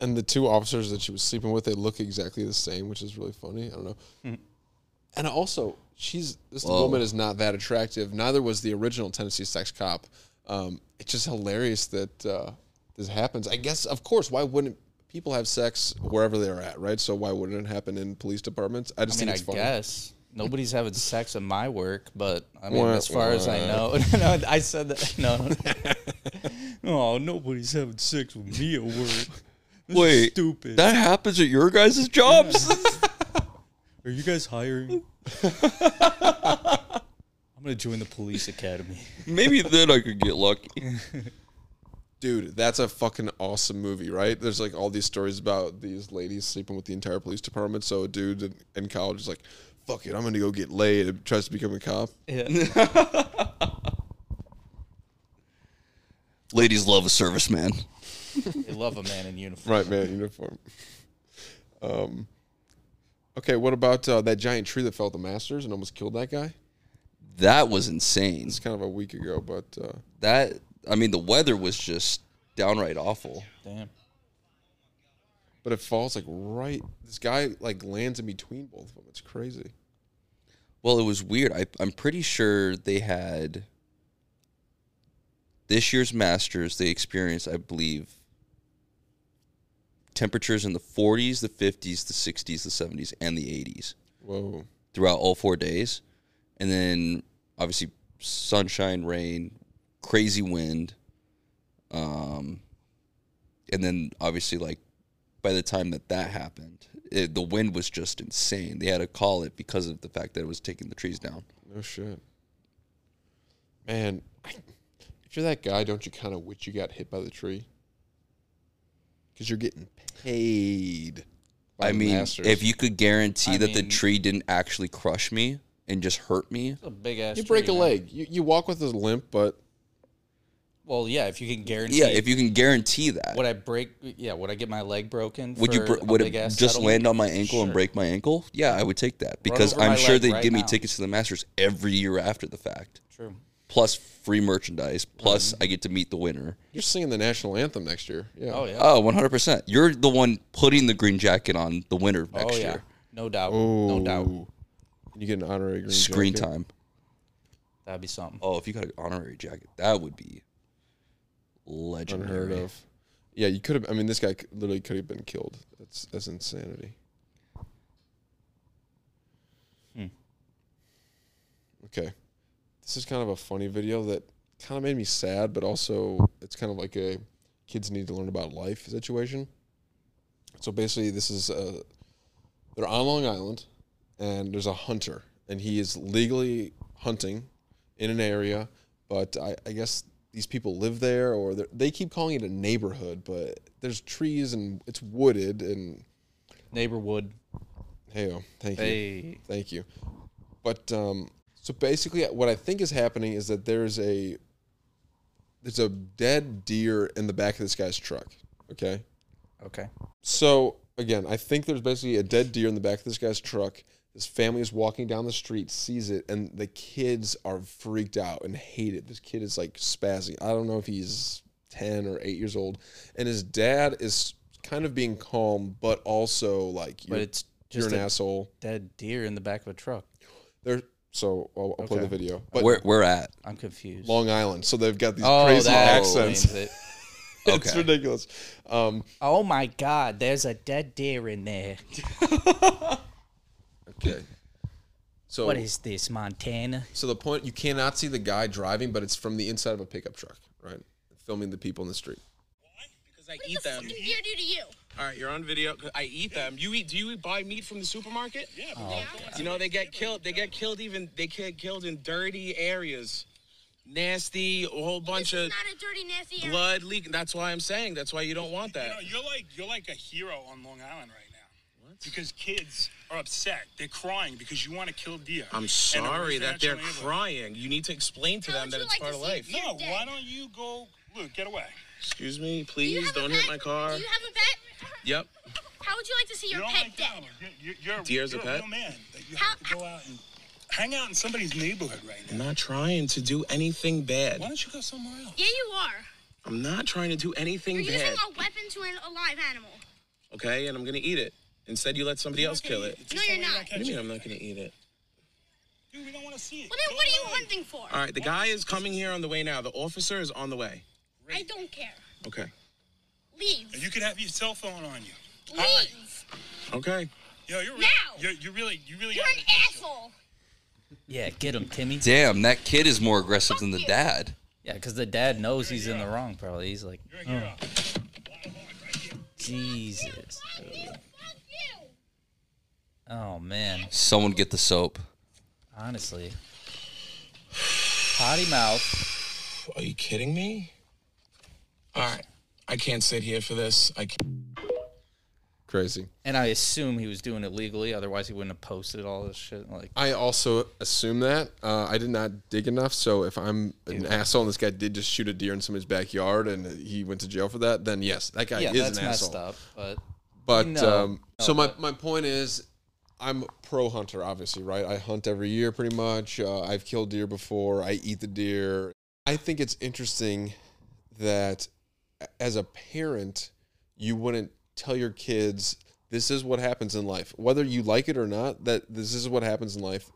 and the two officers that she was sleeping with, they look exactly the same, which is really funny. I don't know. Hmm. And also, she's this Whoa. woman is not that attractive. Neither was the original Tennessee sex cop. Um, it's just hilarious that uh, this happens. I guess, of course, why wouldn't people have sex wherever they're at, right? So why wouldn't it happen in police departments? I I just mean, I think it's funny. guess nobody's having sex at my work, but I mean, Wah, as far as I wah. know, no, I said that. No, oh, nobody's having sex with me at work. This is Wait, stupid. That happens at your guys' jobs. Are you guys hiring? I'm gonna join the police academy. Maybe then I could get lucky. Dude, that's a fucking awesome movie, right? There's like all these stories about these ladies sleeping with the entire police department. So a dude in, in college is like, fuck it, I'm going to go get laid and tries to become a cop. Yeah. Ladies love a serviceman. they love a man in uniform. Right, man, uniform. Um, okay, what about uh, that giant tree that fell at the Masters and almost killed that guy? That was insane. It's kind of a week ago, but uh, That I mean, the weather was just downright awful. Damn. but it falls like right. This guy like lands in between both of them. It's crazy. Well, it was weird. I, I'm pretty sure they had this year's Masters. They experienced, I believe, temperatures in the 40s, the 50s, the 60s, the 70s, and the 80s Whoa. throughout all four days. And then obviously sunshine, rain, crazy wind. Um, and then obviously like by the time that that happened, it, the wind was just insane. They had to call it because of the fact that it was taking the trees down. No shit. Man, I, if you're that guy, don't you kind of wish you got hit by the tree? Because you're getting paid. by I the mean, Masters. if you could guarantee I that the mean- tree didn't actually crush me and just hurt me, a big ass. you break a tree, man. leg, you, you walk with a limp, but Well, yeah, if you can guarantee. yeah, if you can guarantee that, would I break? Yeah, would I get my leg broken? would you for br- a would it big-ass just settlement? land on my ankle and Sure. break my ankle? Yeah, I would take that because over I'm my sure leg they'd right give me now. tickets to the Masters every year after the fact, True. plus free merchandise, plus Mm-hmm. I get to meet the winner. you're singing the national anthem next year. Yeah. Oh yeah. Oh, 100%. You're the one putting the green jacket on the winner oh next yeah. year. No doubt. Oh. No doubt. And you get an honorary green Screen jacket. time. That'd be something. Oh, if you got an honorary jacket, that would be legendary. Unheard of. Yeah, you could have. I mean, this guy c- literally could have been killed. That's that's insanity. Hmm. Okay, this is kind of a funny video that kind of made me sad, but also it's kind of like a kids need to learn about life situation. So basically, this is uh, they're on Long Island, and there's a hunter, and he is legally hunting in an area, but I, I guess these people live there, or they're- they keep calling it a neighborhood, but there's trees and it's wooded, and Neighborhood. hey, oh, thank you. Hey. Thank you. But um, so basically, what I think is happening is that there's a there's a dead deer in the back of this guy's truck. Okay. Okay. So again, I think there's basically a dead deer in the back of this guy's truck. His family is walking down the street, sees it, and the kids are freaked out and hate it. This kid is like spazzing. I don't know if he's ten or eight years old, and his dad is kind of being calm, but also like But you're, it's you're just an a asshole. dead deer in the back of a truck. There. So I'll, I'll play the Okay. video. But Where we're at. I'm confused. Long Island, so they've got these oh, crazy that accents. explains it. it's ridiculous. Um, Oh my God! There's a dead deer in there. okay. So What is this, Montana? So the point you cannot see the guy driving, but it's from the inside of a pickup truck, right? Filming the people in the street. Because I eat them. fucking deer do to you? All right, you're on video. 'Cause I eat them. You eat? Do you eat, buy meat from the supermarket? Yeah. You know they get killed. They get killed even. They get killed in dirty areas, nasty, a whole bunch This of is not a dirty, nasty ass. blood leaking. That's why I'm saying. That's why you don't want You know, that. you're like you're like a hero on Long Island right now. Because kids are upset. They're crying because you want to kill deer. And I'm a sorry that they're residential neighborhood. crying. You need to explain to How them would that you it's like part to of see life. your No, dead? why don't you go? Luke, get away. Excuse me, Do you please. have a Don't hit pet? my car. Do you have a pet? Yep. How would you like to see your you don't pet like dead? that. You're, you're, Deer's a you're pet? real man. That you How- have to go out and hang out in somebody's neighborhood right I'm now. not trying to do anything bad. Why don't you go somewhere else? Yeah, you are. I'm not trying to do anything You're using bad. a weapon to an alive animal. Okay, and I'm gonna eat it. Instead, you let somebody else kill it. No, you're not. What do you mean I'm not gonna eat it? Dude, we don't want to see it. Well, then Go what are you away. hunting for? All right, the guy is coming here on the way now. The officer is on the way. I don't care. Okay. Leave. And you could have your cell phone on you. right. Leave. Okay. Yo, you're really, Now! you're, you're really, you really. You're gotta an be patient. asshole. Yeah, get him, Timmy. Damn, that kid is more aggressive than Fuck the you. dad. Yeah, because the dad knows he's in the wrong. Probably he's like, oh. You're a hero. Jesus. Fuck you. Fuck you. Oh man, Someone get the soap. honestly, potty mouth. Are you kidding me? All right. I can't sit here for this. I can't. Crazy. And I assume he was doing it legally, otherwise he wouldn't have posted all this shit. Like, I also assume that uh, I did not dig enough. So if I'm an asshole and this guy did just shoot a deer in somebody's backyard and he went to jail for that, then yes, that guy yeah, is that's an messed asshole. up. But But No. um, so my, my point is, I'm pro hunter, obviously, right? I hunt every year pretty much. Uh, I've killed deer before. I eat the deer. I think it's interesting that a- as a parent, you wouldn't tell your kids this is what happens in life, whether you like it or not. That this is what happens in life.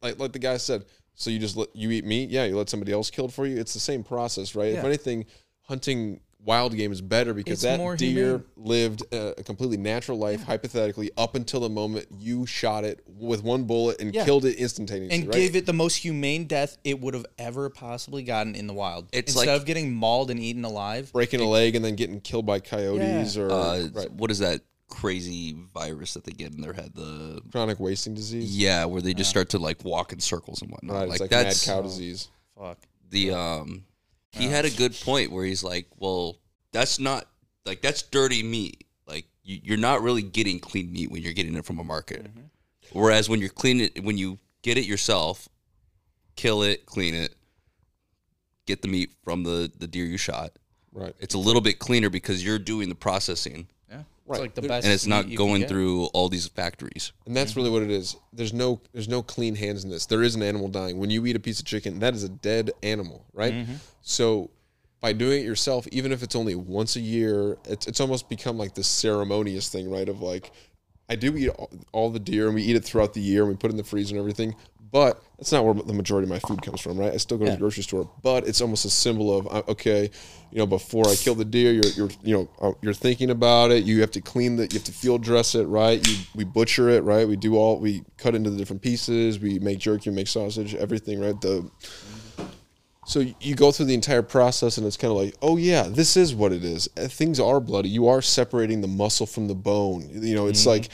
Like like the guy said, so you just let, you eat meat, yeah. You let somebody else kill it for you. It's the same process, right? If Yeah. anything, hunting wild game is better because It's that more deer humane. lived a, a completely natural life, hypothetically, up until the moment you shot it with one bullet and Yeah. killed it instantaneously, and right? gave it the most humane death it would have ever possibly gotten in the wild. It's Instead like- of getting mauled and eaten alive, breaking a leg and then getting killed by coyotes or Uh, right, What is that crazy virus that they get in their head? The chronic wasting disease. yeah, where they just start to like walk in circles and whatnot. Right, like, it's like mad that's cow disease. fuck. the um. He had a good point where he's like, "Well, that's not like that's dirty meat. Like you, you're not really getting clean meat when you're getting it from a market. Whereas when you're clean it, when you get it yourself, kill it, clean it, get the meat from the the deer you shot. Right. It's a little bit cleaner because you're doing the processing." Yeah. Right. It's like the There- best and it's not meat you can going get. through all these factories. And that's really what it is. There's no there's no clean hands in this. There is an animal dying. When you eat a piece of chicken, that is a dead animal, right? Mm-hmm. So by doing it yourself, even if it's only once a year, it's it's almost become like this ceremonious thing, right? Of like, I do eat all, all the deer, and we eat it throughout the year, and we put it in the freezer and everything. But that's not where the majority of my food comes from, right? I still go to the grocery store, but it's almost a symbol of uh, okay, you know, before I kill the deer, you're you're you know uh, you're thinking about it. You have to clean the, you have to field dress it, right? You we butcher it, right? We do all we cut into the different pieces. We make jerky, we make sausage, everything, right? The so y- you go through the entire process, and it's kind of like, oh yeah, this is what it is. Uh, Things are bloody. You are separating the muscle from the bone. You know, it's Mm-hmm. like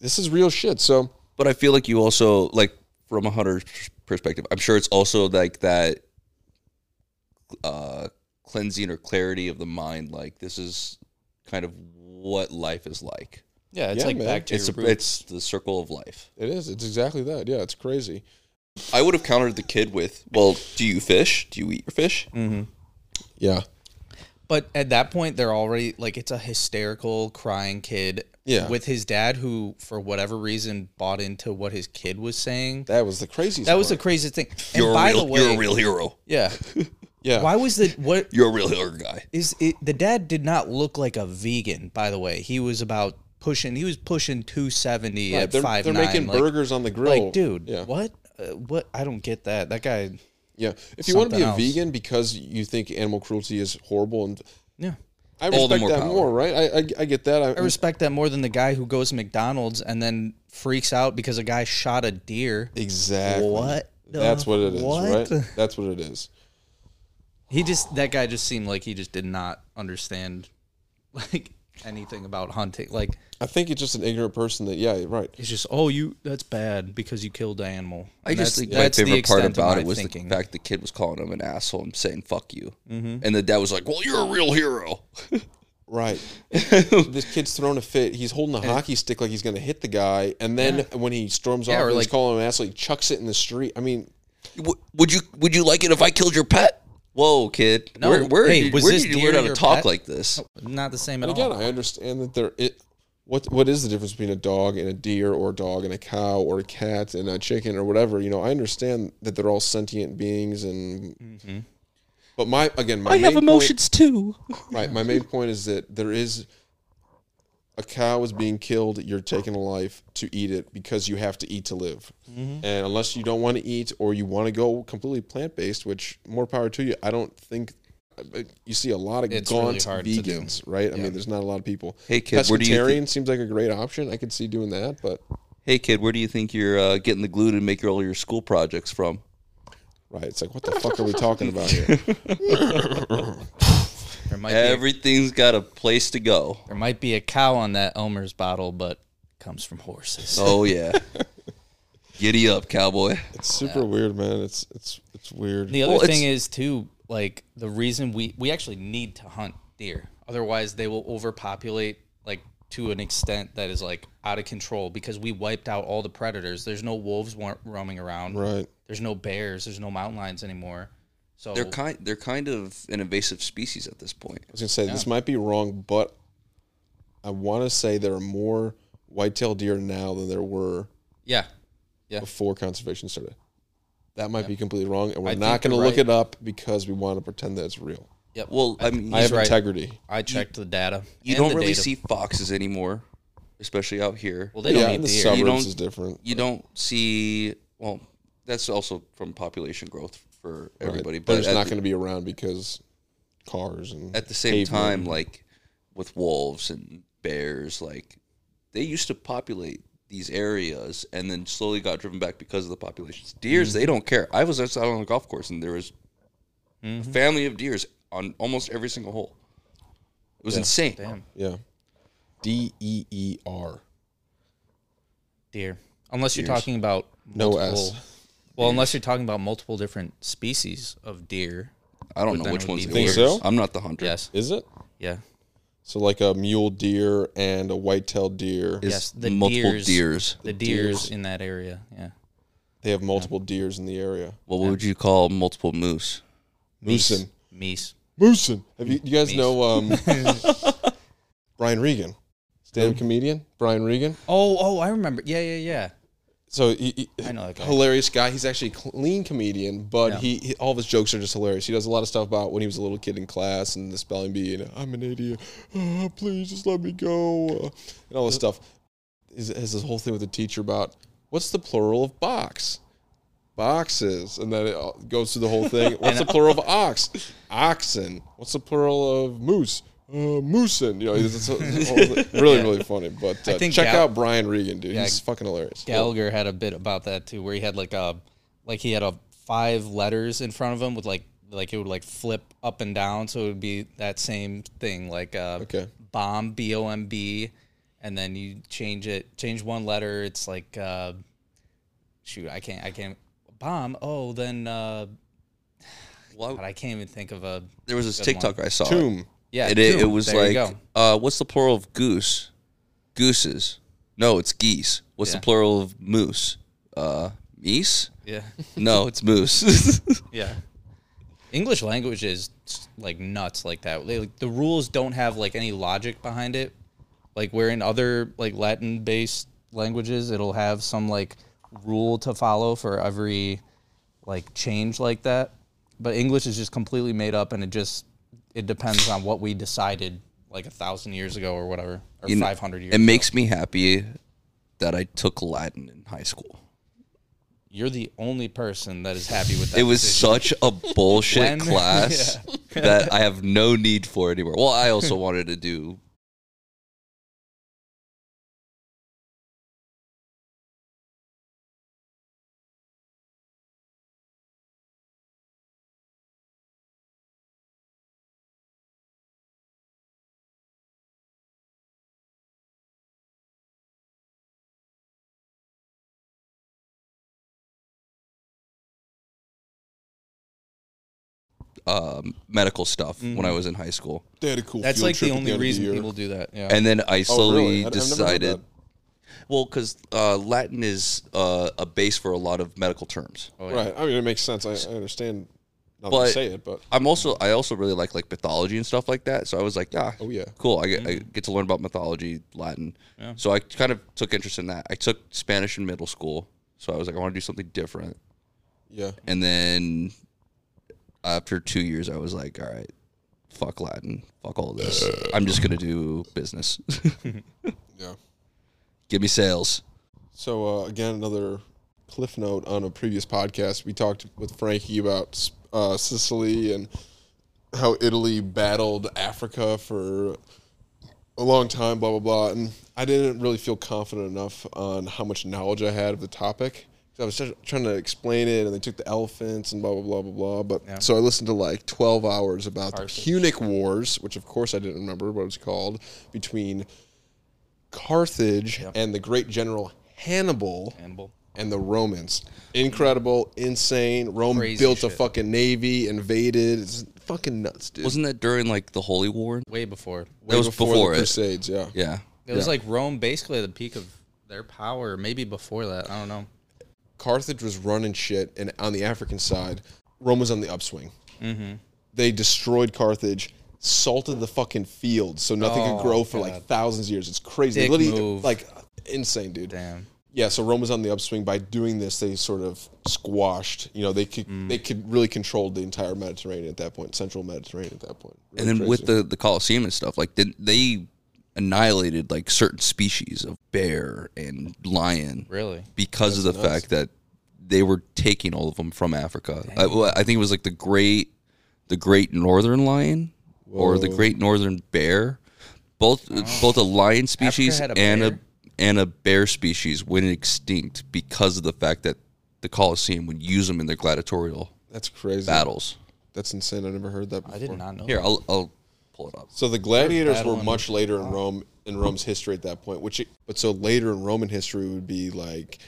this is real shit. So But I feel like you also like from a hunter's perspective. I'm sure it's also like that uh, cleansing or clarity of the mind. Like this is kind of what life is like. Yeah, it's Yeah, like man. back to It's your a, roots. it's the circle of life. it is. It's exactly that. Yeah, it's crazy. I would have countered the kid with, "Well, do you fish? Do you eat your fish?" Mm. Yeah. But at that point, they're already like it's a hysterical crying kid. Yeah. With his dad, who for whatever reason bought into what his kid was saying. That, That was the craziest. was the part. craziest thing. And You're a by real, the way, you're a real hero. yeah. yeah. Why was the what You're a real hero guy. is it? The dad did not look like a vegan. By the way, he was about pushing. He was pushing two seventy Right, at they're, five. they're making burgers on the grill. Like, dude, Yeah. what? Uh, what? I don't get that. That guy. Yeah. If you want to be a Something else. vegan because you think animal cruelty is horrible, and Yeah. I the respect more that power. more, right? I, I, I get that. I, I respect that more than the guy who goes to McDonald's and then freaks out because a guy shot a deer. exactly. What the- That's what it is, what? right? That's what it is. He just that guy just seemed like he just did not understand like anything about hunting. Like I think it's just an ignorant person that, yeah, right. it's just oh you that's bad because you killed the animal. I And just that's, think that's my the favorite part extent of about my it was thinking. Mm-hmm. the fact the kid was calling him an asshole and saying "fuck you," and the dad was like, "Well, you're a real hero." Right. this kid's throwing a fit. He's holding a hockey stick like he's going to hit the guy. And then when he storms off or and he's like- calling him an asshole, he chucks it in the street. I mean, W- would you Would you like it if I killed your pet? Whoa, kid! No. Where, where, Hey, did, was where this did you learn deer how to your talk pet? Oh, like this? not the same at again, all. I understand that there it what what is the difference between a dog and a deer or a dog and a cow or a cat and a chicken or whatever, you know, I understand that they're all sentient beings and Mm-hmm. but my again my main too. point, right, my main point is that there is a cow is being killed, you're taking a life to eat it because you have to eat to live. Mm-hmm. And unless you don't want to eat or you want to go completely plant based, which more power to you, I don't think but you see a lot of It's really gaunt hard to do. vegans, right? I mean, there's not a lot of people. Hey, kid, where do you thi- Pescatarian seems like a great option. I could see doing that, but Hey, kid, where do you think you're uh, getting the glue to make your, all your school projects from? right, it's like what the fuck are we talking about here? There might be Everything's got a place to go. a, there might be a cow on that Elmer's bottle, but it comes from horses. Oh yeah, giddy up, cowboy. It's super weird, man. It's it's it's weird. The other Well, thing is too, like the reason we we actually need to hunt deer. Otherwise, they will overpopulate like to an extent that is like out of control because we wiped out all the predators. There's no wolves wa- roaming around. right. There's no bears. There's no mountain lions anymore. So They're kind. They're kind of an invasive species at this point. I was gonna say this might be wrong, but I want to say there are more white-tailed deer now than there were yeah, before conservation started. That might be completely wrong, and we're I not think going to you're look right. it up because we want to pretend that it's real. Yep. Well, I mean, I have you- right. integrity. I checked the data. you and don't the really data. see foxes anymore, especially out here. Well, they don't yeah, need in the the ear. suburbs You don't- is different. you don't see. Well, that's also from population growth for Right. everybody. But There's at not the- going to be around because cars and at the same time, like with wolves and bears, like they used to populate these areas and then slowly got driven back because of the populations. Deers, Mm-hmm. they don't care. I was just out on a golf course and there was a Mm-hmm. family of deers on almost every single hole. It was insane. Damn, yeah, D E E R. deer. Unless you're talking about No multiple, S. Well, unless you're talking about multiple different species of deer. I don't But know then which it would one's be the Think worst. so? I'm not the hunter. Yes. Is it? Yeah. So like a mule deer and a white-tailed deer. It's Yes, the multiple deers. deers. The deers in that area. Yeah. They have multiple deers in the area. Well, what would you call multiple moose? Moosin. Meese. Moosin. Have you, you guys know um, Brian Regan, stand-up comedian Brian Regan? Oh, oh, I remember. Yeah, yeah, yeah. So he, he- I know that guy. hilarious guy. He's actually a clean comedian, but Yeah. he, he- all of his jokes are just hilarious. He does a lot of stuff about when he was a little kid in class and the spelling bee and I'm an idiot. Ah, please just let me go uh, and all this stuff. His, has this whole thing with the teacher about what's the plural of box? Boxes, and then it all- goes through the whole thing. What's the plural of ox? Oxen. What's the plural of moose? Uh, moosin. You know, it's, it's, it's all- really, really funny. But uh, think check Gal- out Brian Regan, dude. He's fucking hilarious. Gallagher had a bit about that too, where he had like a, like he had a five letters in front of him with like like it would like flip up and down, so it would be that same thing, like uh, Okay. bomb b o m b, and then you change it, change one letter, it's like uh, shoot, I can't, I can't bomb. Oh, then uh, Well, God, I can't even think of a there was this Good one. TikTok I saw. Tomb. yeah. it, it, it two. was There you like go. uh, what's the plural of goose gooses no it's geese what's Yeah. the plural of moose uh meese yeah, no it's moose yeah. English language is like nuts like that. They, like, the rules don't have like any logic behind it. Like where in other like Latin based languages, it'll have some like rule to follow for every like change like that. But English is just completely made up, and it just it depends on what we decided like a thousand years ago or whatever, or You know, five hundred years. it ago. makes me happy that i took latin in high school You're the only person that is happy with that. it was decision. such a bullshit When- class that i have no need for anymore well i also wanted to do um, medical stuff Mm-hmm. when i was in high school They had a cool. That's field like trip the at only end of reason year. people do that. Yeah. and then i Oh, slowly really? I- I've never heard decided that. well because uh, latin is uh, a base for a lot of medical terms Oh, yeah. Right. I mean, it makes sense. I, I understand. Not to But- say it, but I'm also I also really like like mythology and stuff like that. So I was like, yeah, Oh, yeah. cool. I get, I get to learn about mythology, Latin. So I kind of took interest in that. I took Spanish in middle school, so I was like, I want to do something different. yeah, And then after two years, I was like, all right, fuck Latin, fuck all this. I'm just gonna do business. yeah. Give me sales. So uh, again, another cliff note on a previous podcast. We talked with Frankie about uh, Sicily and how Italy battled Africa for a long time. Blah blah blah. And I didn't really feel confident enough on how much knowledge I had of the topic. 'Cause I was just trying to explain it, and they took the elephants and blah blah blah blah blah. But so I listened to like twelve hours about the Punic Wars, which of course I didn't remember what it was called, between Carthage and the great general Hannibal Hannibal. and the Romans. Incredible, insane. Rome Crazy built a shit. fucking navy, invaded. It's fucking nuts, dude. Wasn't that during like the Holy War? way before. that was before the it. Crusades, yeah. Yeah. It was like Rome, basically at the peak of their power, or maybe before that. I don't know. Carthage was running shit, and on the African side, Rome was on the upswing. Mm-hmm. They destroyed Carthage, salted the fucking Oh, fields, so nothing could grow for like thousands of years. It's crazy. They Dick literally, move. like insane, dude. Damn. yeah, so Rome was on the upswing. By doing this, they sort of squashed. You know, they could Mm. they could really controlled the entire Mediterranean at that point, central Mediterranean at that point. and then with the the Colosseum and stuff, like did they annihilated like certain species of bear and lion Really? because of the fact that they were taking all of them from Africa. I, well, I think it was like the great the great northern lion or the great northern bear. Both both a lion species had a and a bear? and a bear species went extinct because of the fact that the Colosseum would use them in their gladiatorial that's crazy. battles. That's insane. I never heard that before. I did not know. Here, that. I'll, I'll pull it up. So the gladiators were battling- much later Oh. in Rome in Rome's history at that point, which it, but so later in Roman history would be like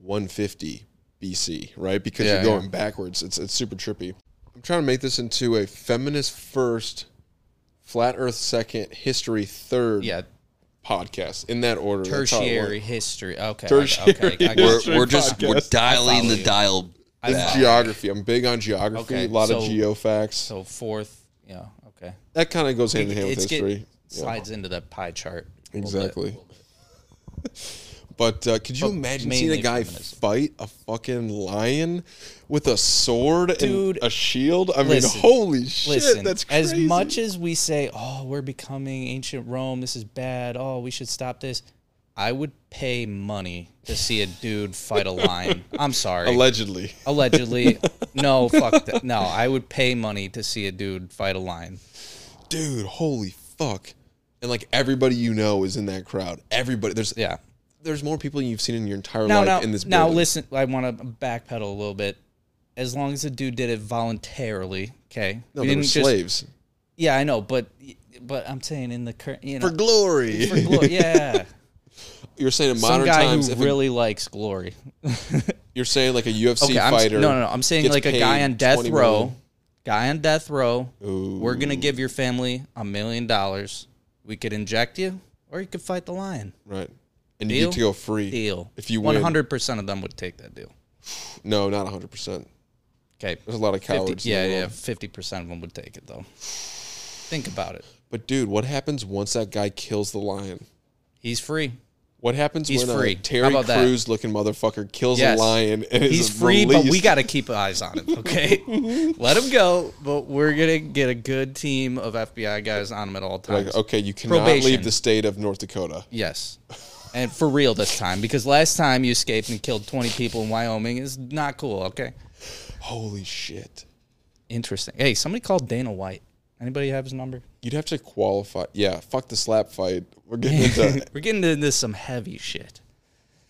150 BC, right? Because Yeah, you're going backwards. It's it's super trippy. I'm trying to make this into a feminist first, flat Earth second, history third. Yeah, podcast in that order. That's how it tertiary works. history. Okay. Tertiary Okay. I We're, got you. we're just we're podcast. dialing the dial. It's back. geography. I'm big on geography. Okay, a lot of so- geo facts. So fourth. Yeah. Okay. that kind of goes hand in hand with It's get- history. Yeah. slides into that pie chart. a little bit. Exactly. But uh, could you imagine seeing a mainly guy feminism. fight a fucking lion with a sword Dude, and a shield? I listen, mean, holy shit, Listen, that's crazy. as much as we say, "Oh, we're becoming ancient Rome. This is bad. Oh, we should stop this." I would pay money to see a dude fight a lion. I'm sorry. allegedly, Allegedly, no, fuck that. No, I would pay money to see a dude fight a lion. dude, holy fuck, and like everybody you know is in that crowd. Everybody, there's Yeah. there's more people you've seen in your entire Now, life now, in this. now building. listen, I want to backpedal a little bit. As long as the dude did it voluntarily, okay? no, We they were didn't just- slaves yeah, I know, but but I'm saying in the current, you know, for glory. for glo- yeah. you're saying in Some modern guy times, who if a- really likes glory. you're saying like a UFC Okay, I'm, s- fighter. no, no, no. I'm saying gets like a guy paid on death 20 row. million. Guy on death row. We're gonna give your family a million dollars. We could inject you, or you could fight the lion. right? And you Deal? get to go free Deal. if you win. one hundred percent of them would take that deal. No, not 100. percent Okay, There's a lot of 50 cowards. in the yeah, world. yeah, fifty percent of them would take it though. Think about it. But dude, what happens once that guy kills the lion? He's free. What happens He's when free. a How Terry about that? Crews looking motherfucker kills Yes. a lion and is He's free, but we released? got to keep eyes on him. Okay, let him go, but we're gonna get a good team of FBI guys on him at all times. like okay, you cannot leave Probation. the state of North Dakota. Yes. And for real this time, because last time you escaped and killed 20 people in Wyoming is not cool, okay? Holy shit. Interesting. Hey, somebody called Dana White. Anybody have his number? You'd have to qualify. Yeah, fuck the slap fight. We're getting into We're getting into some heavy shit.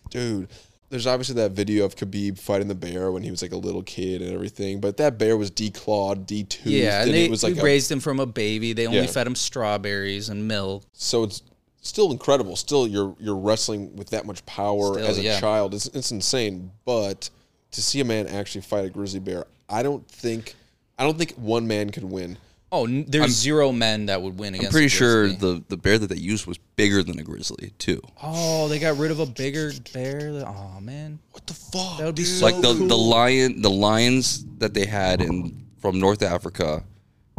dude. There's obviously that video of Khabib fighting the bear when he was like a little kid and everything, but that bear was declawed, detoothed, Yeah, and they it was like we a- raised him from a baby. They only Yeah. fed him strawberries and milk. so it's still incredible. Still, you're you're wrestling with that much power Still, as a yeah. child. It's it's insane. But to see a man actually fight a grizzly bear, I don't think I don't think one man could win. Oh, n- there's zero men that would win against. I'm pretty a sure grizzly. the, the bear that they used was bigger than a grizzly too. Oh, they got rid of a bigger bear. Oh man, What the fuck? that would be so like the cool. the lion the lions that they had in from North Africa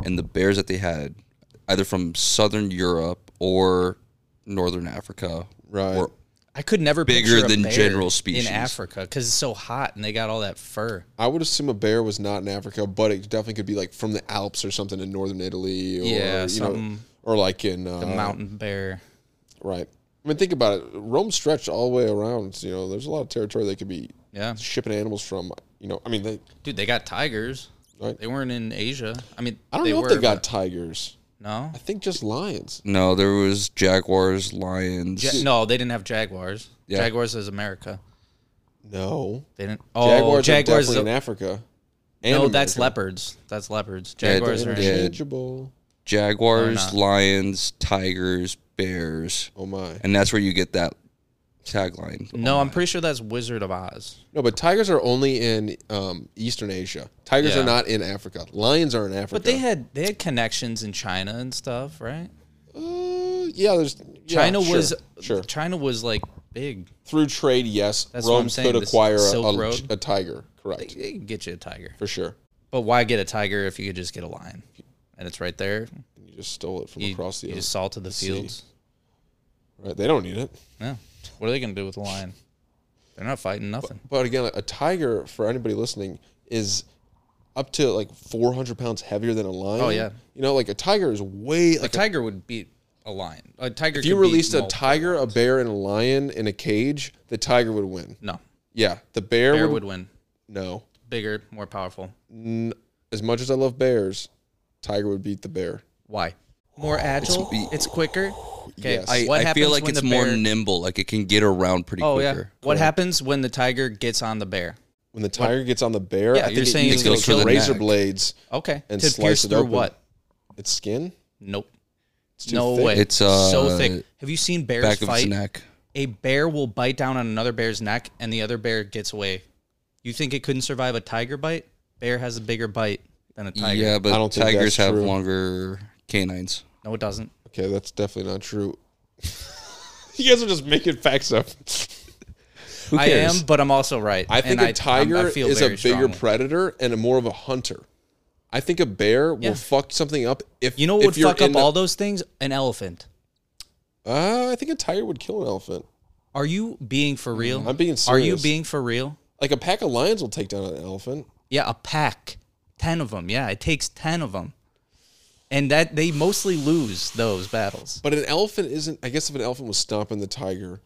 and the bears that they had either from southern Europe or northern Africa Right. were I could never bigger picture a than bear general species. in Africa because it's so hot and they got all that fur. I would assume a bear was not in Africa, but it definitely could be like from the Alps or something in northern Italy, or Yeah, you know, something- or like in uh, The mountain bear. Right. I mean, think about it. Rome stretched all the way around. You know, there's a lot of territory they could be Yeah. shipping animals from. You know, I mean, they. Dude, they got tigers. Right. They weren't in Asia. I mean, I don't they know were, if they got but- tigers. no. I think just lions. no there was jaguars lions Ja- no, they didn't have jaguars. Yeah. Jaguars is America. No. They didn't. Oh, jaguars, jaguars, are is definitely in a- Africa. no, And that's America. leopards. That's leopards. Yeah, Jaguars are. they're- in- yeah. interchangeable. jaguars not. lions tigers bears Oh my. and that's where you get that tagline No, I'm pretty sure that's Wizard of Oz. No, but tigers are only in um, Eastern Asia. Tigers Yeah. are not in Africa. Lions are in Africa. But they had they had connections in China and stuff, right? Uh, yeah, there's. yeah, China sure, was sure China was like big. through trade. Yes, That's what Rome I'm saying, could this acquire a, Silk a, Road. a tiger. Correct, They could get you a tiger. for sure. But why get a tiger if you could just get a lion? And it's right there. You just stole it from You, across the. you ocean. just salted the sea. fields. Right, they don't need it. Yeah. What are they gonna do with the lion? They're not fighting nothing. But again, a tiger for anybody listening is up to like 400 pounds heavier than a lion. Oh, yeah. you know, like a tiger is way A like tiger would beat a lion. A tiger. if you released a tiger, a bear, and a lion in a cage, the tiger would win. no, Yeah, the bear, bear would, would win. no. Bigger, more powerful. As much as I love bears, tiger would beat the bear. Why? More agile. It's, quicker. Okay. Oh, Yes. I, I- I feel like it's more nimble. Like it can get around pretty Oh yeah. quicker. What happens when the tiger gets on the bear? When the tiger gets on the bear, I Yeah, you're think saying it it uses goes for the those razor neck. blades, Okay. And to slice pierce it through open. what? its skin. Nope. It's too No thick. way. It's, uh, so thick. Have you seen bears Back of fight? his neck. A bear will bite down on another bear's neck, and the other bear gets away. You think it couldn't survive a tiger bite? Bear has a bigger bite than a tiger. Yeah, but I don't think tigers that's have true. longer canines. No, it doesn't. Okay, that's definitely not true. you guys are just making facts up. Who I cares? am, but I'm also right. I think a a tiger is a bigger predator and a more of a hunter. I think a bear Yeah. will fuck something up if You know what if would you're fuck up in the- all those things? An elephant. Uh, I think a tiger would kill an elephant. Are you being for real? I'm being Are you serious. being for real? Like a pack of lions will take down an elephant. Yeah, a pack, ten of them. Yeah, it takes ten of them, and that they mostly lose those battles. But an elephant isn't. I guess if an elephant was stomping the tiger,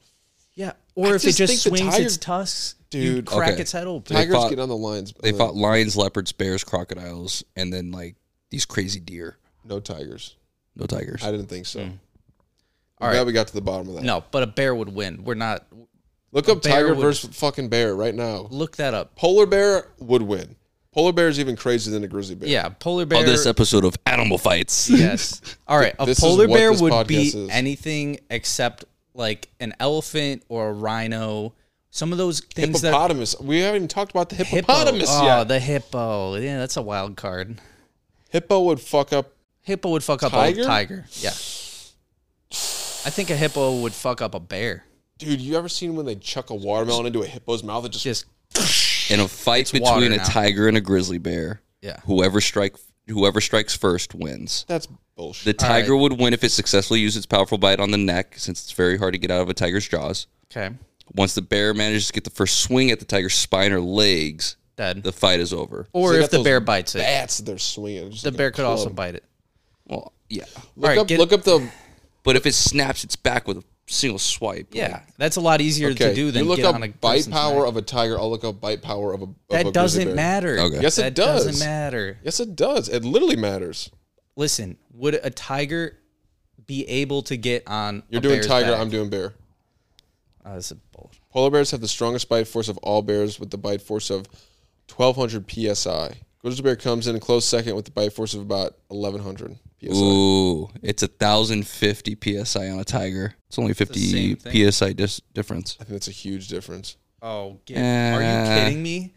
Yeah, or I if just it just think the swings tiger- its tusks, you Dude, crack okay. its head open. They tigers fought- get on the lions. They uh, fought lions, leopards, bears, crocodiles, and then like these crazy deer. no tigers. No tigers. I didn't think so. All I'm glad right. we got to the bottom of that. Hmm. No, but a bear would win. We're not. Look up bear tiger would- versus fucking bear right now. Look that up. Polar bear would win. Polar bear is even crazier than a grizzly bear. Yeah, polar bear. On this episode of Animal Fights. Yes. All right. A Oh, This is polar what bear this would podcast beat is. anything except like an elephant or a rhino. Some of those things that Hippopotamus. we haven't even talked about the hippo. hippopotamus oh, yet. the hippo. Yeah, that's a wild card. Hippo would fuck up. Hippo would fuck up Tiger? a tiger. Yeah. I think a hippo would fuck up a bear. Dude, you ever seen when they chuck a watermelon into a hippo's mouth? It just, Just In a fight water between a now. tiger and a grizzly bear, yeah. whoever strike whoever strikes first wins. that's The bullshit. tiger would win if it successfully used its powerful bite on the neck, since it's very hard to get out of a tiger's jaws. Okay. Once the bear manages to get the first swing at the tiger's spine or legs, Dead. the fight is over. or they if got the those bear bites it. Bats they're swinging. Just The like a bear could also club. bite it. Well, yeah. Look Alright, up, get- look up the. But if it snaps its back with a single swipe, Yeah, that's a lot easier Okay, to do than you look get up on a bite person's power neck. of a tiger. I'll look up bite power of a. Of a That doesn't grizzly bear. matter. Okay. Yes, it that does. Doesn't matter. Yes, it does. It literally matters. Listen, would a tiger be able to get on? You're a doing bear's tiger. back? I'm doing bear. Oh, that's a bull. Polar bears have the strongest bite force of all bears, with the bite force of 1,200 psi. Grizzly bear comes in a close second with the bite force of about 1,100 psi. Ooh, it's a thousand fifty psi on a tiger. It's only fifty same thing. psi dis- difference. I think that's a huge difference. Oh, get, are you Uh, kidding me?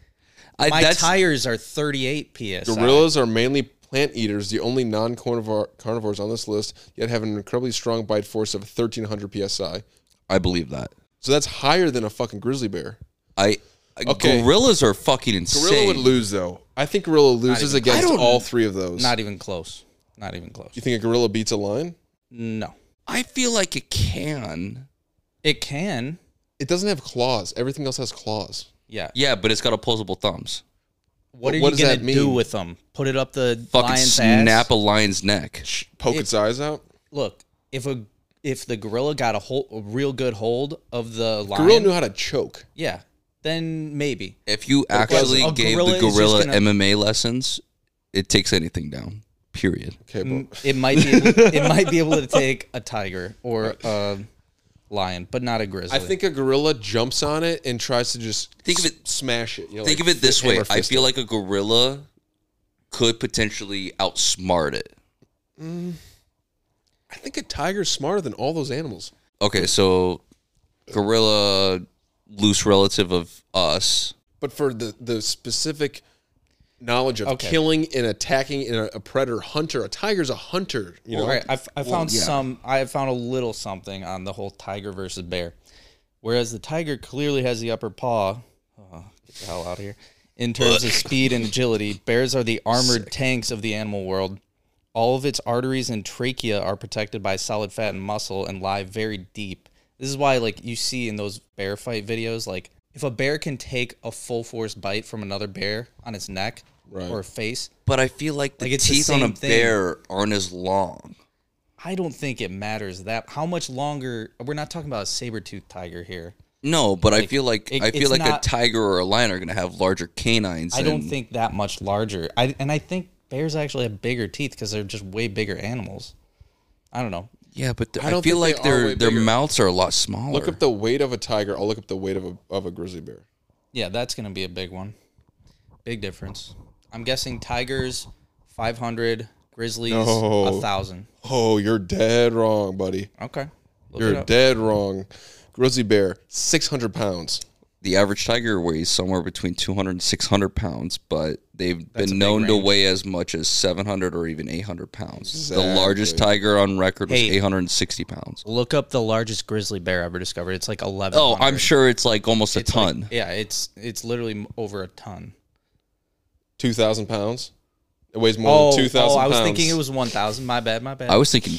I, My that's tires are 38 psi. Gorillas are mainly plant eaters, the only non carnivores on this list, yet have an incredibly strong bite force of 1,300 psi. I believe that. So that's higher than a fucking grizzly bear. I Okay. gorillas are fucking insane. Gorilla would lose, though. I think gorilla loses against I don't- all three of those. Not even close. Not even close. you think a gorilla beats a lion? No, I feel like it can. it can. It doesn't have claws. Everything else has claws. Yeah. Yeah, but it's got opposable thumbs. What are What you does gonna that do mean? with them? Put it up the Fucking lion's snap ass? a lion's neck. Poke It- its eyes out. Look, if a if the gorilla got a, hol- a real good hold of the lion, Gorilla knew how to choke. yeah, then maybe. If you actually a gave gorilla the is just gorilla gonna- MMA lessons, it takes anything down. Period. Okay, but It might be it might be able to take a tiger or a lion, but not a grizzly. I think a gorilla jumps on it and tries to just Think of s- it- smash it. You know, Think like of it this hammer way: I fist feel like a gorilla could potentially outsmart it. I think a tiger's smarter than all those animals. Okay, so gorilla, loose relative of us. But for the the specific knowledge of Okay. killing and attacking and a, a predator hunter, a tiger's a hunter. You know, All right, I, f- I found yeah. some. I found a little something on the whole tiger versus bear. Whereas the tiger clearly has the upper paw. Oh, get the hell out of here. In terms of speed and agility, bears are the armored tanks of the animal world. All of its arteries and trachea are protected by solid fat and muscle and lie very deep. This is why, like, you see in those bear fight videos, like if a bear can take a full force bite from another bear on its neck Right. or face, But I feel like the Like, it's the teeth on a same thing. bear aren't as long. I don't think it matters that how much longer. We're not talking about a saber toothed tiger here. No, but I feel like it- I feel it's like not- a tiger or a lion are going to have larger canines. I don't and- think that much larger. I and I think bears actually have bigger teeth because they're just way bigger animals. I don't know. Yeah, but th- I I, don't feel think they like are their way their bigger. mouths are a lot smaller. Look up the weight of a tiger. I'll look up the weight of a of a grizzly bear. Yeah, that's gonna be a big one. Big difference. I'm guessing tigers, five hundred, grizzlies, No. a thousand. Oh, you're dead wrong, buddy. Okay. Look it You're up. dead wrong. Grizzly bear, six hundred pounds. the average tiger weighs somewhere between 200 and 600 pounds, but they've a big been known to range. weigh as much as 700 or even 800 pounds. The largest Exactly. tiger on record was Hey. 860 pounds. Look up the largest grizzly bear ever discovered. It's like eleven. Oh, I'm sure it's like almost a ton. yeah, it's it's literally m- over a ton. Two thousand pounds. It weighs more Oh, than two thousand. I was thinking it was one thousand. My bad, my bad. I was thinking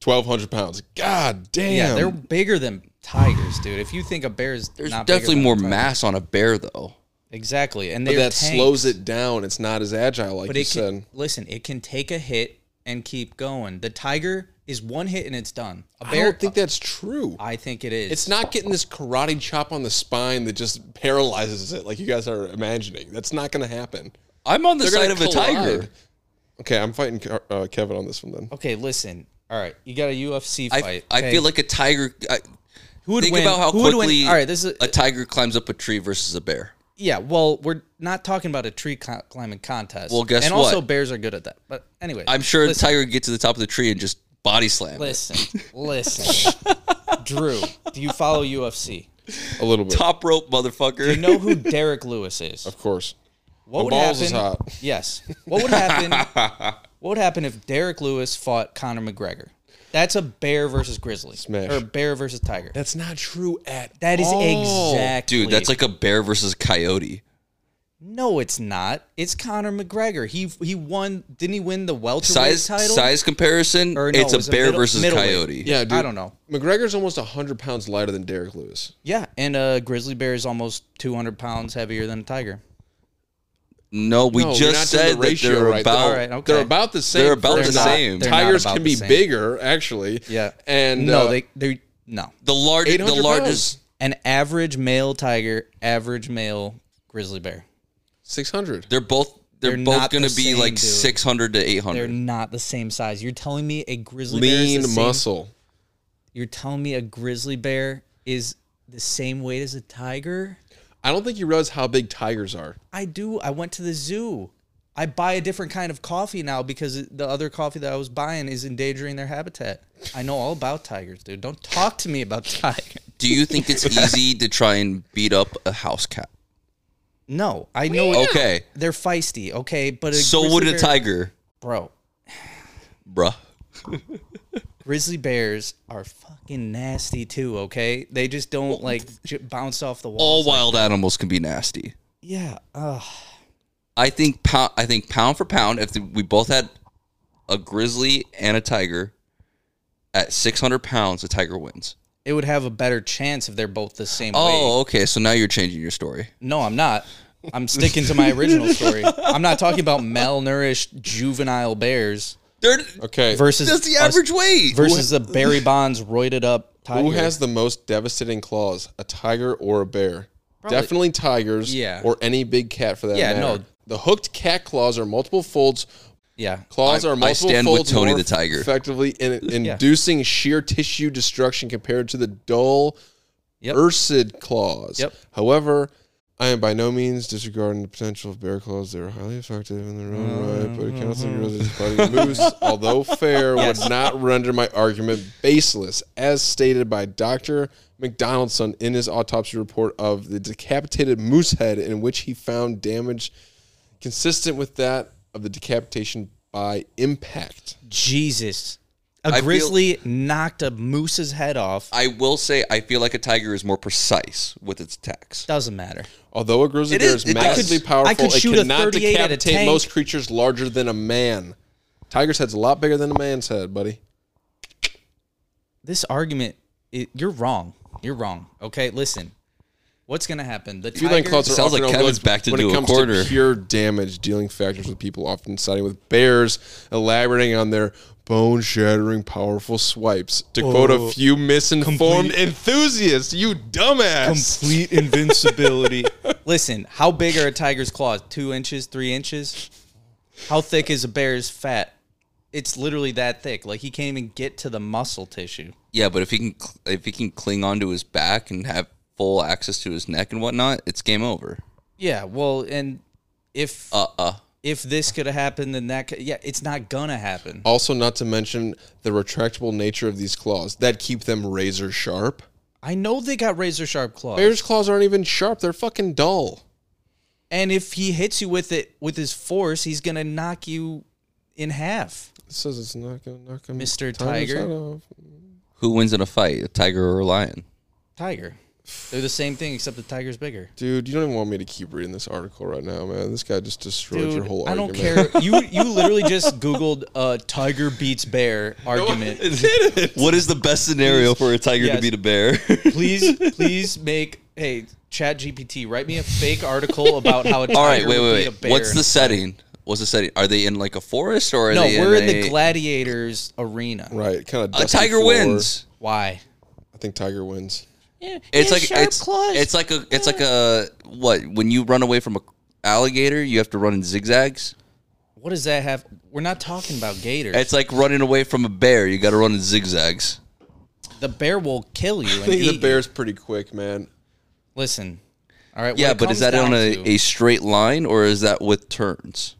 twelve hundred pounds. God damn. yeah, they're bigger than tigers, dude. If you think a bear is there's not bigger definitely than a more tiger. mass on a bear though. Exactly, and but they're that tanks. slows it down. It's not as agile, like But you it can said. listen. It can take a hit and keep going. The tiger is one hit and it's done. A I bear, don't think that's true. I think it is. It's not getting this karate chop on the spine that just paralyzes it, like you guys are imagining. That's not going to happen. I'm on the They're side gonna of a tiger. collide. Okay, I'm fighting Ke- uh, Kevin on this one then. okay. Listen, all right. You got a UFC I, fight. I okay? feel like a tiger. I, who would think win? about how who would quickly win? All right, this is a tiger climbs up a tree versus a bear. yeah. Well, we're not talking about a tree cl- climbing contest. Well, guess and also what? bears are good at that. But anyway, I'm sure listen, the tiger would get to the top of the tree and just body slam. it. Listen, listen, Drew. Do you follow UFC? A little bit, Top rope, motherfucker. You know who Derek Lewis is. of course. What The would balls happen? is hot. Yes. What would happen? what would happen if Derek Lewis fought Conor McGregor? That's a bear versus grizzly, Smash. or bear versus tiger. Oh. That's not true at That is all. exactly Dude, that's like a bear versus a coyote. no, it's not. It's Conor McGregor. He he won. Didn't he win the welterweight Size title? size comparison, Or no, it's it was a a bear middle- versus a middleweight. coyote. Yeah, dude. I don't know. McGregor's almost 100 pounds lighter than Derek Lewis. Yeah, and a grizzly bear is almost two hundred pounds heavier than a tiger. No, we No, you're just not doing said the that ratio they're right. about. All right, okay. They're about the same. They're about for the a tiger. same. They're not Tigers about can the be same. bigger, actually. Yeah, And no, uh, they they no. The large, the 800 largest. pounds. An average male tiger, average male grizzly bear. 600. They're both. They're, They're both not going the to be same, like dude. six hundred to eight They're hundred. not the same size. You're telling me a grizzly bear is the Lean same- muscle. You're telling me a grizzly bear is the same weight as a tiger? I don't think you realize how big tigers are. I do. I went to the zoo. I buy a different kind of coffee now because the other coffee that I was buying is endangering their habitat. I know all about tigers, dude. Don't talk to me about tiger. Do you think it's easy to try and beat up a house cat? No, I know it- Okay, they're feisty. Okay, but a so Oh, grizzly would a bear- tiger, bro? bruh. Grizzly bears are fucking nasty too. Okay, they just don't like j- bounce off the wall. All wild animals can be nasty. Yeah. Ugh. I think pound. I think pound for pound, if we both had a grizzly and a tiger at six hundred pounds, a tiger wins. it would have a better chance if they're both the same weight. Oh, okay. So now you're changing your story. No, I'm not. I'm sticking to my original story. I'm not talking about malnourished juvenile bears They're Okay. versus that's the a- average weight. versus the Barry Bonds roided up tiger. Who has the most devastating claws, a tiger or a bear? Definitely tigers Yeah. or any big cat for that Yeah, matter. no. The hooked cat claws are multiple folds. yeah. Claws I- are I multiple stand with folds Tony more the tiger. effectively in, inducing sheer tissue destruction compared to the dull Yep. ursid claws. Yep. However, I am by no means disregarding the potential of bear claws. They are highly effective in their own right, but a council grizzly's fighting moose, although fair, would not render my argument baseless, as stated by Dr. McDonaldson in his autopsy report of the decapitated moose head, in which he found damage consistent with that of the decapitation by impact. Jesus. A I feel- grizzly knocked a moose's head off. I will say I feel like a tiger is more precise with its attacks. Doesn't matter. Although a grizzly It bear is- is it does. massively I could powerful, shoot it a cannot 38 at a decapitate tank. most creatures larger than a man. Tiger's head's a lot bigger than a man's head, buddy. This argument, it, you're wrong. You're wrong. Okay, listen. What's gonna happen? The Feline tiger. clouds are Sounds often like Kevin's overlooked back to when do it a comes quarter. to pure damage dealing factors with people often siding with bears, elaborating on their bone shattering powerful swipes. To quote Oh. a few misinformed Complete- enthusiasts, you dumbass. Complete invincibility. Listen, how big are a tiger's claws? Two inches, three inches? How thick is a bear's fat? It's literally that thick. Like he can't even get to the muscle tissue. Yeah, but if he can cl- if he can cling onto his back and have full access to his neck and whatnot, it's game over. Yeah, well, and if Uh uh if this could have happened, then that could, yeah, it's not gonna happen. Also, not to mention the retractable nature of these claws that keep them razor sharp. I know they got razor sharp claws. Bears' claws aren't even sharp, they're fucking dull. and if he hits you with it with his force, he's gonna knock you in half. It says it's not going to knock him. Mr. Tiger's Tiger? head off. Who wins in a fight, a tiger or a lion? Tiger. They're the same thing except the tiger's bigger. Dude, you don't even want me to keep reading this article right now, man. This guy just destroyed your Dude, whole I argument. don't care. You you literally just googled uh, tiger beats bear argument. What is the best scenario for a tiger Yes. to beat a bear? please please make hey chat gpt write me a fake article about how a tiger All right, wait, would beat wait, a wait. bear What's in the a- setting? What's the setting? Are they in like a forest or are no they we're in, a- the gladiators arena Right, kind Uh, of. A tiger wins. why I think Tiger wins. It's like it's, it's like a it's like a what when you run away from a alligator, you have to run in zigzags. what does that have we're not talking about gators It's like running away from a bear, you got to run in zigzags. the bear will kill you I and think the eat you. bear's pretty quick, man. listen all right when Yeah, it but is comes that on down a, to- a straight line or is that with turns?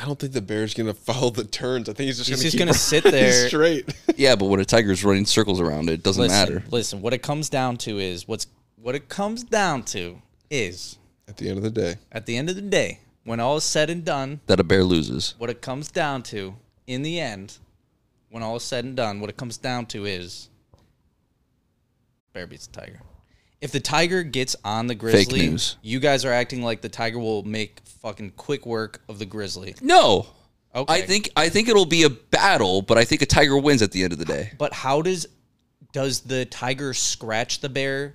I don't think the bear's gonna follow the turns. I think he's just He's gonna just keep gonna sit running there. straight. Yeah, but when a tiger's running circles around it, it doesn't listen, matter. listen what it comes down to is what's what it comes down to is At the end of the day, at the end of the day when all is said and done That a bear loses. what it comes down to in the end, when all is said and done, what it comes down to is bear beats the tiger. If the tiger gets on the grizzly, news. you guys are acting like the tiger will make fucking quick work of the grizzly. No. Okay. I think I think it'll be a battle, but I think a tiger wins at the end of the day. But how does does the tiger scratch the bear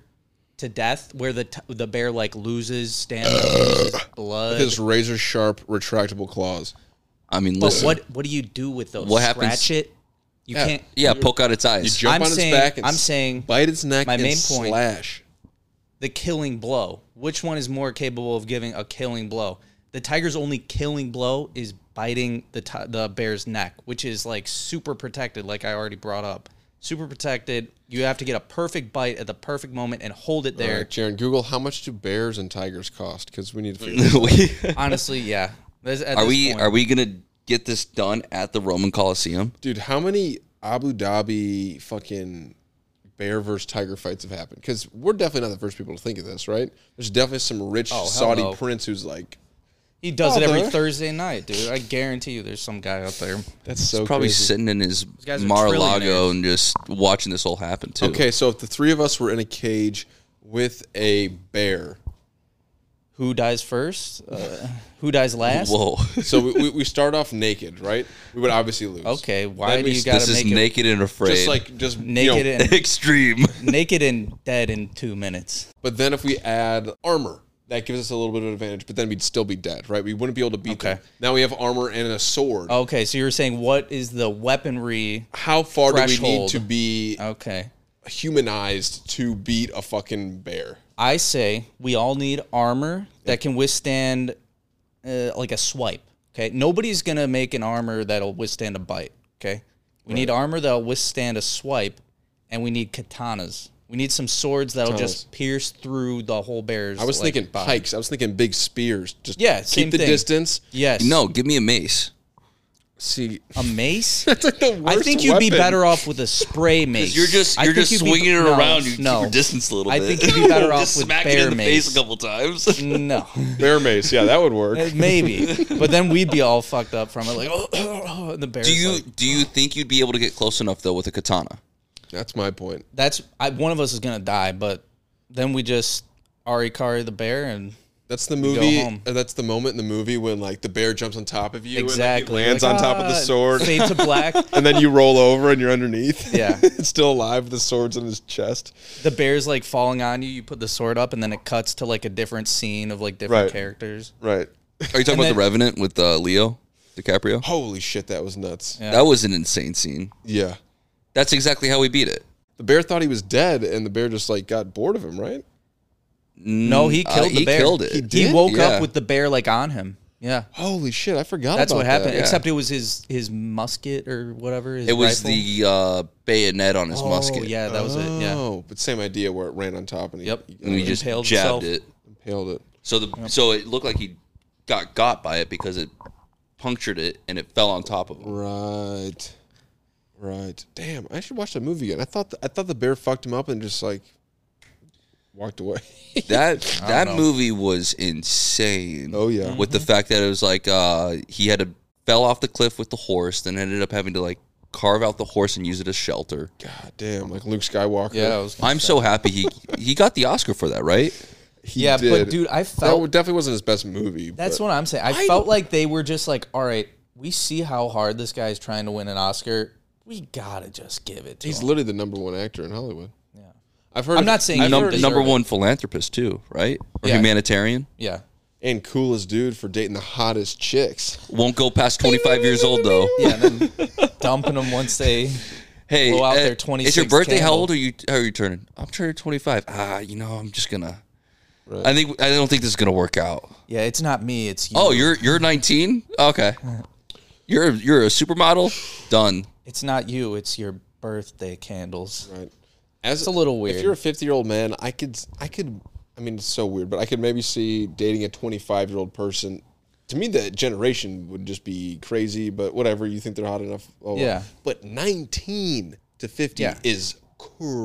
to death where the t- the bear like loses stamina, Uh, loses blood? his razor sharp retractable claws. I mean, but listen. what what do you do with those? What Scratch happens- it. You Yeah. can't. Yeah, poke out its eyes. Jump I'm on saying- his back. And I'm s- saying bite its neck. my and main point- slash. the killing blow. Which one is more capable of giving a killing blow? The tiger's only killing blow is biting the ti the bear's neck, which is like super protected, like I already brought up. Super protected. You have to get a perfect bite at the perfect moment and hold it All there. right, Jaron, Google how much do bears and tigers cost? Because we need to figure. this out. We- Honestly, yeah. This- at are this we point- are we gonna get this done at the Roman Coliseum? Dude, how many Abu Dhabi fucking bear versus tiger fights have happened? Because we're definitely not the first people to think of this, right? There's definitely some rich hell Saudi no. prince who's like, He does it every Brother. Thursday night, dude. I guarantee you, there's some guy out there. that's so Probably crazy. sitting in his guys are Mar-a-Lago trillionaires. and just watching this all happen too. Okay, so if the three of us were in a cage with a bear, Who dies first? Uh, who dies last? Whoa. so we, we, we start off naked, right? We would obviously lose. Okay, why Then do we you s- gotta this is make it naked and afraid. Just like just you know, naked and extreme. naked and dead in two minutes? But then if we add armor, that gives us a little bit of advantage. But then we'd still be dead, right? We wouldn't be able to beat Okay. them. Now we have armor and a sword. Okay, so you were saying what is the weaponry? How far do we need Threshold. to be Okay. humanized to beat a fucking bear? I say we all need armor that can withstand uh, like a swipe. Okay. Nobody's going to make an armor that'll withstand a bite. Okay. We need armor that'll withstand a swipe, and we need katanas. We need some swords that'll just pierce through the whole bear's. I was like, thinking body. pikes. I was thinking big spears. Just Yeah, keep same the thing. distance. Yes. no, give me a mace. See, A mace? that's like the worst. I think you'd be weapon. better off with a spray mace. You're just I you're think just you'd be- swinging it no, around. You no. keep your distance a little I bit. think you'd be better off just with smack it bear in the mace. face a couple times. No. Bear mace, yeah, that would work. Maybe, but then we'd be all fucked up from it. Like, oh, and the bears. do you like- do you think you'd be able to get close enough though with a katana? That's my point. that's I, one of us is gonna die, but then we just Arikari the bear and That's the go movie. home. Or that's the moment in the movie when like the bear jumps on top of you. and, like, Exactly. lands Like, on top of the "Ah," sword. Fade to black. and then you roll over and you're underneath. Yeah. it's still alive. The sword's in his chest. the bear's like falling on you. You put the sword up, and then it cuts to like a different scene of like different Right. characters. Right. Are you talking And about then- Oh, the Revenant with uh, Leo DiCaprio? Holy shit, that was nuts. Yeah. That was an insane scene. Yeah. That's exactly how we beat it. The bear thought he was dead, and the bear just like got bored of him, right? No, he Uh, killed the he bear. killed it. He He did? woke Yeah. up with the bear like on him. Yeah. Holy shit, I forgot. That's about what happened. That. Except it was his his musket or whatever. his It was rifle. the uh, bayonet on his oh, musket. Yeah, that was it. Yeah. Oh, but same idea where it ran on top and he, Yep. and he he just Impaled himself. jabbed it. impaled it. So the so it looked like he got got by it because it punctured it and it fell on top of him. Right. Right. Damn, I should watch that movie again. I thought the, I thought the bear fucked him up and just like walked away. That that movie was insane. Oh, yeah. with the fact that it was like uh, he had to fell off the cliff with the horse, then ended up having to like carve out the horse and use it as shelter. God damn, like Luke Skywalker. Yeah. I was, I'm so happy he he got the Oscar for that, right? He yeah. did. But dude, I that uh, felt wa- definitely wasn't his best movie. That's but what I'm saying. I, felt like they were just like, all right, we see how hard this guy's trying to win an Oscar. We gotta just give it to he's him. literally the number one actor in Hollywood. Yeah, I've heard. I'm of- not saying he Num- deserved number it. one philanthropist too, right? Or Yeah. humanitarian. Yeah, and coolest dude for dating the hottest chicks. Won't go past 25 years old though. yeah. And then dumping them once they. Hey, Blow out uh, their It's 26 your birthday. How candle. old are you? How are you turning? I'm turning 25. Ah, you know, I'm just gonna. I think I don't think this is gonna work out. Yeah, it's not me. It's you. Oh, you're you're 19. Okay, you're you're a supermodel. Done. It's not you. It's your birthday candles. Right. As It's a little weird. If you're a 50 year old man, I could, I could, I mean, it's so weird, but I could maybe see dating a 25 year old person. To me, that generation would just be crazy, but whatever. You think they're hot enough? oh, Yeah. But 19 to 50 Yeah. is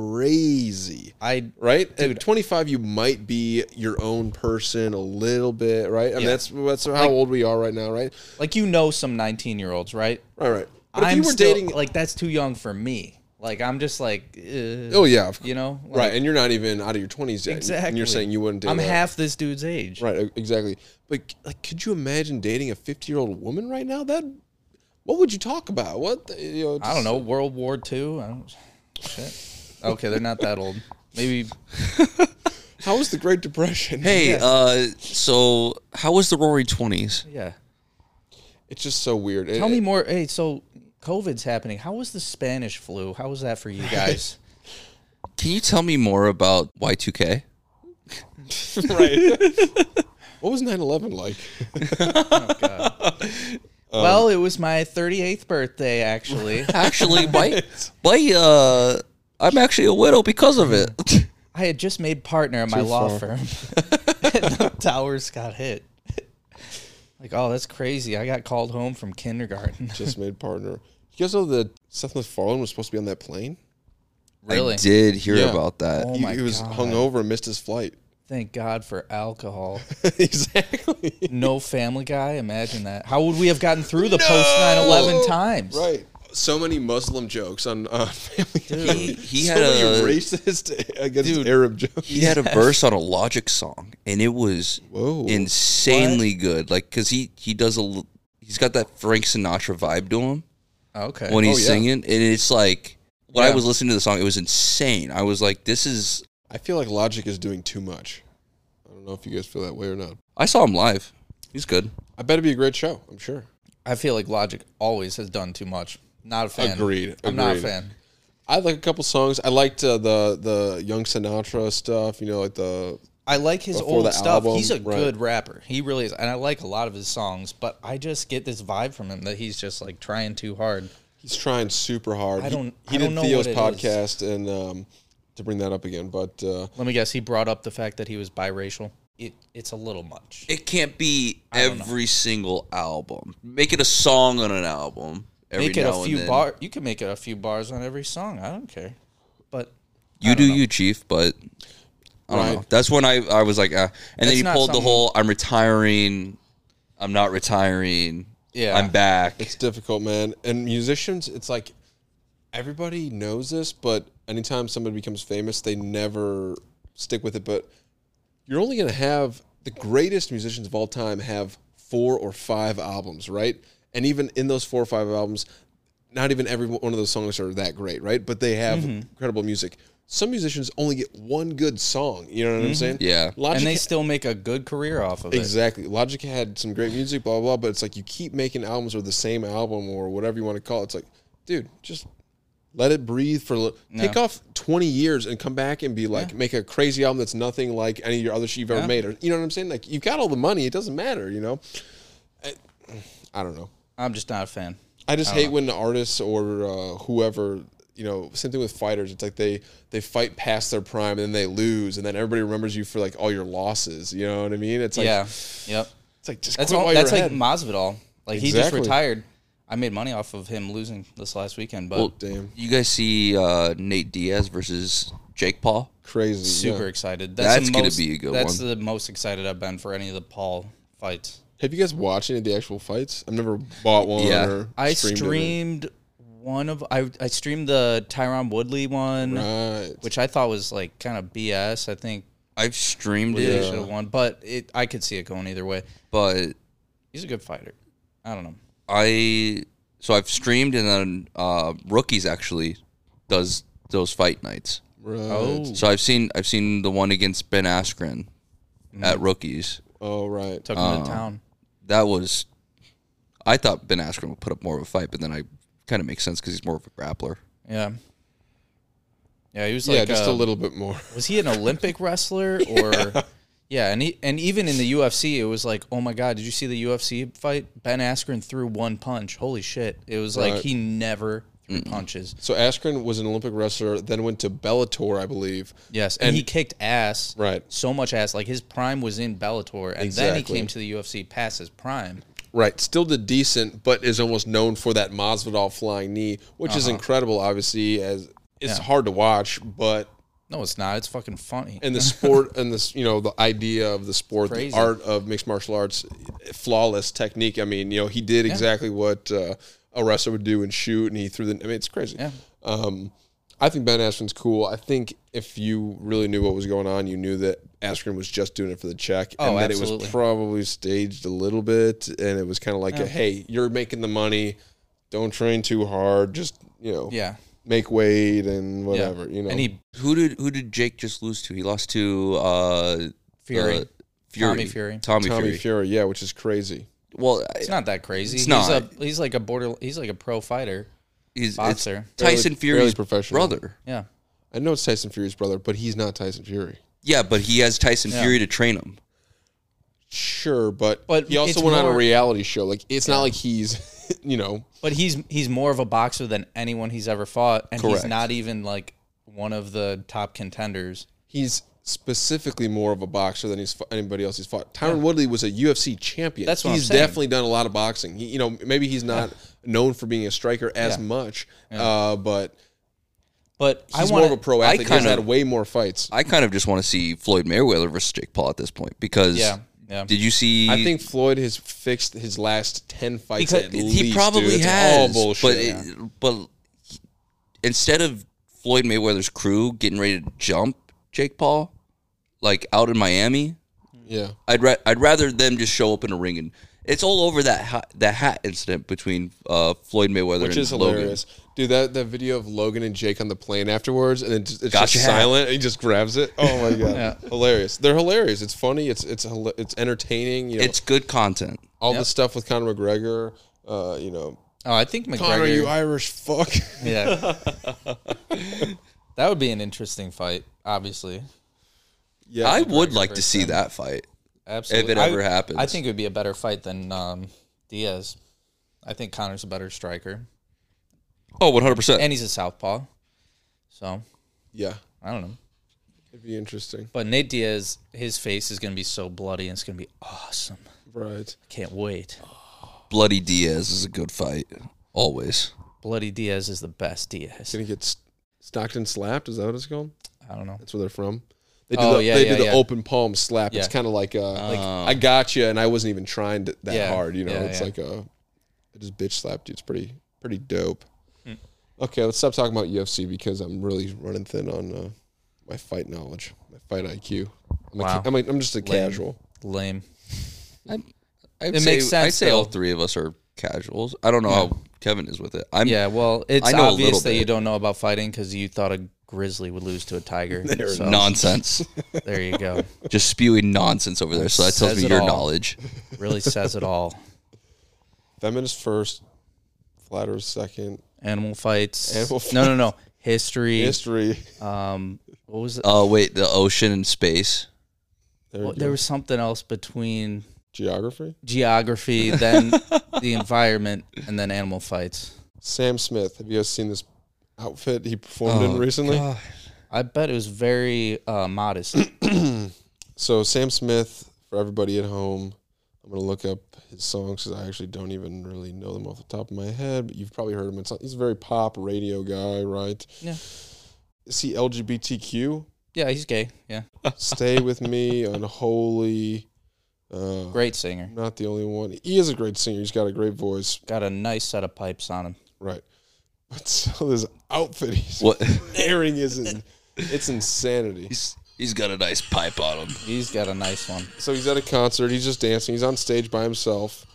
crazy. I Right at 25, you might be your own person a little bit, right? I mean, that's that's how old we are right now, right? like you know some 19 year olds, right? Right, right. But I'm if you were still, dating, like that's too young for me. Like I'm just like, uh, oh yeah, of you know, like, right, and you're not even out of your 20s yet, exactly. and you're saying you wouldn't date. I'm a- half this dude's age. Right, e- exactly. But c- like, could you imagine dating a fifty-year-old woman right now? That, what would you talk about? What the- you know? I don't know. World War II. I don't, shit. Okay, they're not that old. Maybe just- How was the Great Depression? Hey, uh, so how was the Roaring Twenties? yeah. it's just so weird. It- Tell it- me more. Hey, so COVID's happening. How was the Spanish flu? How was that for you guys? Can you tell me more about Y two K? What was 9-11 like? Um, well, it was my 38th birthday actually. Actually, my my uh, I'm actually a widow because of it. I had just made partner at my law far. firm. and the towers got hit. Like, oh, that's crazy. I got called home from kindergarten. just made partner. You guys know that Seth MacFarlane was supposed to be on that plane. Really? I did hear Yeah. about that. Oh he, my he was God. hung over and missed his flight. Thank God for alcohol. exactly. No family guy. Imagine that. How would we have gotten through the post 9 11 times? Right. So many Muslim jokes on uh, Family Guy. He, he so had many a racist against Arab jokes. he had a verse on a Logic song, and it was Whoa. insanely good. Like, cause he he does a l- he's got that Frank Sinatra vibe to him Okay. when he's Oh, yeah. singing, and it's like when I Yeah. was listening to the song, it was insane. I was like, this is. I feel like Logic is doing too much. I don't know if you guys feel that way or not. I saw him live. He's good. I bet it'd be a great show. I'm sure. I feel like Logic always has done too much. Not a fan. Agreed, I'm not a agreed. fan. I like a couple songs. I liked uh, the the Young Sinatra stuff. You know, like the I like his Before old the stuff. album, he's a right. good rapper. He really is. And I like a lot of his songs, but I just get this vibe from him that he's just like trying too hard. he's trying super hard. I He- don't- He, I don't did know Theo's what it is. podcast, and um, to bring that up again, but uh, Let me guess. He brought up the fact that he was biracial. It, it's a little much. It can't be every single album. Make it a song on an album. Every make it now a and few then. bar. You can make it a few bars on every song. I don't care. But You do you, Chief, but I don't know. Right. That's when I, I was like, uh, and then That's you not pulled the something- whole I'm retiring, I'm not retiring, Yeah. I'm back. it's difficult, man. And musicians, it's like everybody knows this, but anytime somebody becomes famous, they never stick with it. But you're only gonna have the greatest musicians of all time have four or five albums, right? And even in those four or five albums, not even every one of those songs are that great, right? But they have Mm-hmm. incredible music. Some musicians only get one good song. You know what I'm saying? Yeah. Logic Mm-hmm. and they still make a good career off of it. Exactly. Logic had some great music, blah, blah, blah, but it's like you keep making albums or the same album or whatever you want to call it. It's like, dude, just let it breathe for a little. Take off 20 years and come back and be like, make a crazy album that's nothing like any of your other shit you've ever made. Or, you know what I'm saying? Like, you've got all the money. It doesn't matter, you know? I, I don't know. I'm just not a fan. I just hate when artists or uh, whoever, you know, same thing with fighters. It's like they they fight past their prime and then they lose, and then everybody remembers you for like all your losses. You know what I mean? It's like yeah. Yep. it's like just That's quit all, while that's you're like ahead. Masvidal. Like he just Exactly. retired. I made money off of him losing this last weekend, but Well, damn. You guys see uh, Nate Diaz versus Jake Paul? crazy. super yeah. excited. That's, That's the gonna most- be a good That's one. the most excited I've been for any of the Paul fights. Have you guys watched any of the actual fights? I've never bought one. Yeah. or I streamed it or- streamed one of I I streamed the Tyron Woodley one, Right. which I thought was like kind of BS. I think I've streamed they it, should have won, but it I could see it going either way. but He's a good fighter. I don't know. I so I've streamed and then uh, rookies actually does those fight nights. Right. Oh, So I've seen I've seen the one against Ben Askren at rookies. Oh, right. took him to town. That was I thought Ben Askren would put up more of a fight, but then I kind of makes sense because he's more of a grappler. Yeah, yeah. He was yeah, like just uh, a little bit more. was he an Olympic wrestler or yeah. and he, and even in the UFC it was like, "Oh my god, did you see the UFC fight? Ben Askren threw one punch. Holy shit. It was like Right. he never threw punches." So Askren was an Olympic wrestler, then went to Bellator, I believe. Yes, and, he kicked ass. Right. So much ass. Like his prime was in Bellator and then he Exactly. came to the UFC past his prime. Right, still did decent, but is almost known for that Masvidal flying knee, which Uh-huh. is incredible. Obviously, as it's hard to watch, but No, it's not. It's fucking funny. and the sport and this, you know, the idea of the sport, Crazy. the art of mixed martial arts, flawless technique. I mean, you know, he did exactly what uh, a wrestler would do and shoot, and he threw the. I mean, it's crazy. Yeah. Um, I think Ben Askren's cool. I think if you really knew what was going on, you knew that Askren was just doing it for the check, Oh, and that it absolutely. was probably staged a little bit, and it was kind of like, a, "Hey, you're making the money. Don't train too hard. Just you know, yeah. make weight and Yeah. whatever. You know, And he Who did who did Jake just lose to? He lost to uh, Fury. uh, Fury. Tommy Fury. Tommy, Tommy Fury. Fury, yeah, which is crazy. Well, I- it's not that crazy. It's he's not. a he's like a border he's like a pro fighter. he's it's Boxer. Fairly- Tyson Fury's fairly professional. brother. Yeah. I know it's Tyson Fury's brother, but he's not Tyson Fury. Yeah, but he has Tyson Fury to train him. Sure, but, But he also it's went on a more- reality show. Like it's not like he's, you know, But he's he's more of a boxer than anyone he's ever fought, and Correct. he's not even like one of the top contenders. he's specifically more of a boxer than he's fo- anybody else he's fought. Tyron Woodley was a UFC champion. That's what I'm he's saying. definitely done a lot of boxing. He, you know, maybe he's not known for being a striker as much, uh, but But I he's want more of a pro athlete. He's kinda- had way more fights. I kind of just want to see Floyd Mayweather versus Jake Paul at this point because Yeah, yeah. did you see? I think Floyd has fixed his last ten fights. because at he least, probably dude. It's has, all bullshit. but it, but instead of Floyd Mayweather's crew getting ready to jump Jake Paul, like out in Miami, yeah. I'd ra- I'd rather them just show up in a ring and it's all over that hat, that hat incident between uh, Floyd Mayweather which and is Logan. hilarious, dude. That that video of Logan and Jake on the plane afterwards, and then just, it's Gotcha just hat. silent, and he just grabs it. Oh my god, hilarious! They're hilarious. It's funny. It's it's hila- it's entertaining. You know, It's good content. all the stuff with Conor McGregor. Uh, you know, Oh, I think McGregor. Conor, you Irish fuck. yeah. that would be an interesting fight. Obviously, yeah, I would like to see that fight. absolutely. If it I- ever happens. I think it would be a better fight than um, Diaz. I think Connor's a better striker, Oh, 100%. and he's a southpaw. So yeah, I don't know. it'd be interesting, But Nate Diaz, his face is going to be so bloody, and it's going to be awesome. right? Can't wait. Bloody Diaz is a good fight always. Bloody Diaz is the best Diaz. Gonna get st- Stockton slapped. Is that what it's called? I don't know. That's where they're from. They do Oh, the, yeah, they yeah, do the yeah. open palm slap. It's Yeah. Oh. kind of like, uh, I got you, and I wasn't even trying to, that Yeah, hard. You know, yeah, it's yeah. like a, I just bitch slapped you. It's pretty pretty dope. Okay, let's stop talking about UFC because I'm really running thin on uh, my fight knowledge, my fight IQ. I'm, a ca- Wow. I'm, a, I'm just a casual. Lame. I'd It say, makes sense, I say all though. three of us are casuals. I don't know how Kevin is with it. I'm Yeah, well, it's I know a obvious little that you bit. don't know about fighting because you thought a grizzly would lose to a tiger. so, nonsense. There you go. Just spewing nonsense over there. So that tells Says me it your all. knowledge. Really says it all. Feminist first, flat earth second, Animal fights. Animal No, no, no. History. history. Um, what was it? Oh wait, the ocean and space. There, Well, we there go. was something else between geography. geography, then the environment, and then animal fights. Sam Smith. Have you guys seen this outfit he performed Oh, in recently? I bet it was very uh, modest. So Sam Smith, for everybody at home, I'm gonna look up his songs because I actually don't even really know them off the top of my head. But you've probably heard him. It's, he's a very pop radio guy, right? Yeah. Is he LGBTQ? yeah, he's gay. Yeah, Stay with me, unholy. Uh, great singer. Not the only one. He is a great singer. He's got a great voice, Got a nice set of pipes on him. right? But so this outfit he's What? wearing is in, it's insanity. He's he's got a nice pipe on him. He's got a nice one. So he's at a concert. He's just dancing. He's on stage by himself,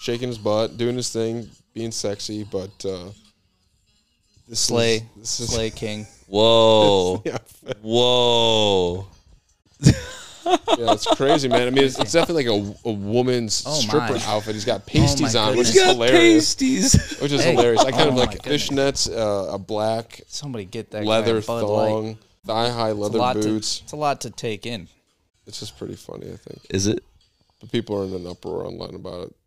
shaking his butt, doing his thing, being sexy. But uh, this Slay, is, this is Slay King. Whoa, Yeah, whoa. yeah, it's crazy, man. I mean, it's, it's definitely like a, a woman's Oh, stripper my. outfit. He's got pasties on, which goodness. is He's hilarious. pasties. Which is Hey. hilarious. I kind Oh, of my like goodness. fishnets, uh, a black Somebody get that guy a leather Bud Light. thong, thigh high It's a lot leather boots. To, it's a lot to take in. It's just pretty funny, I think. Is it? But people are in an uproar online about it.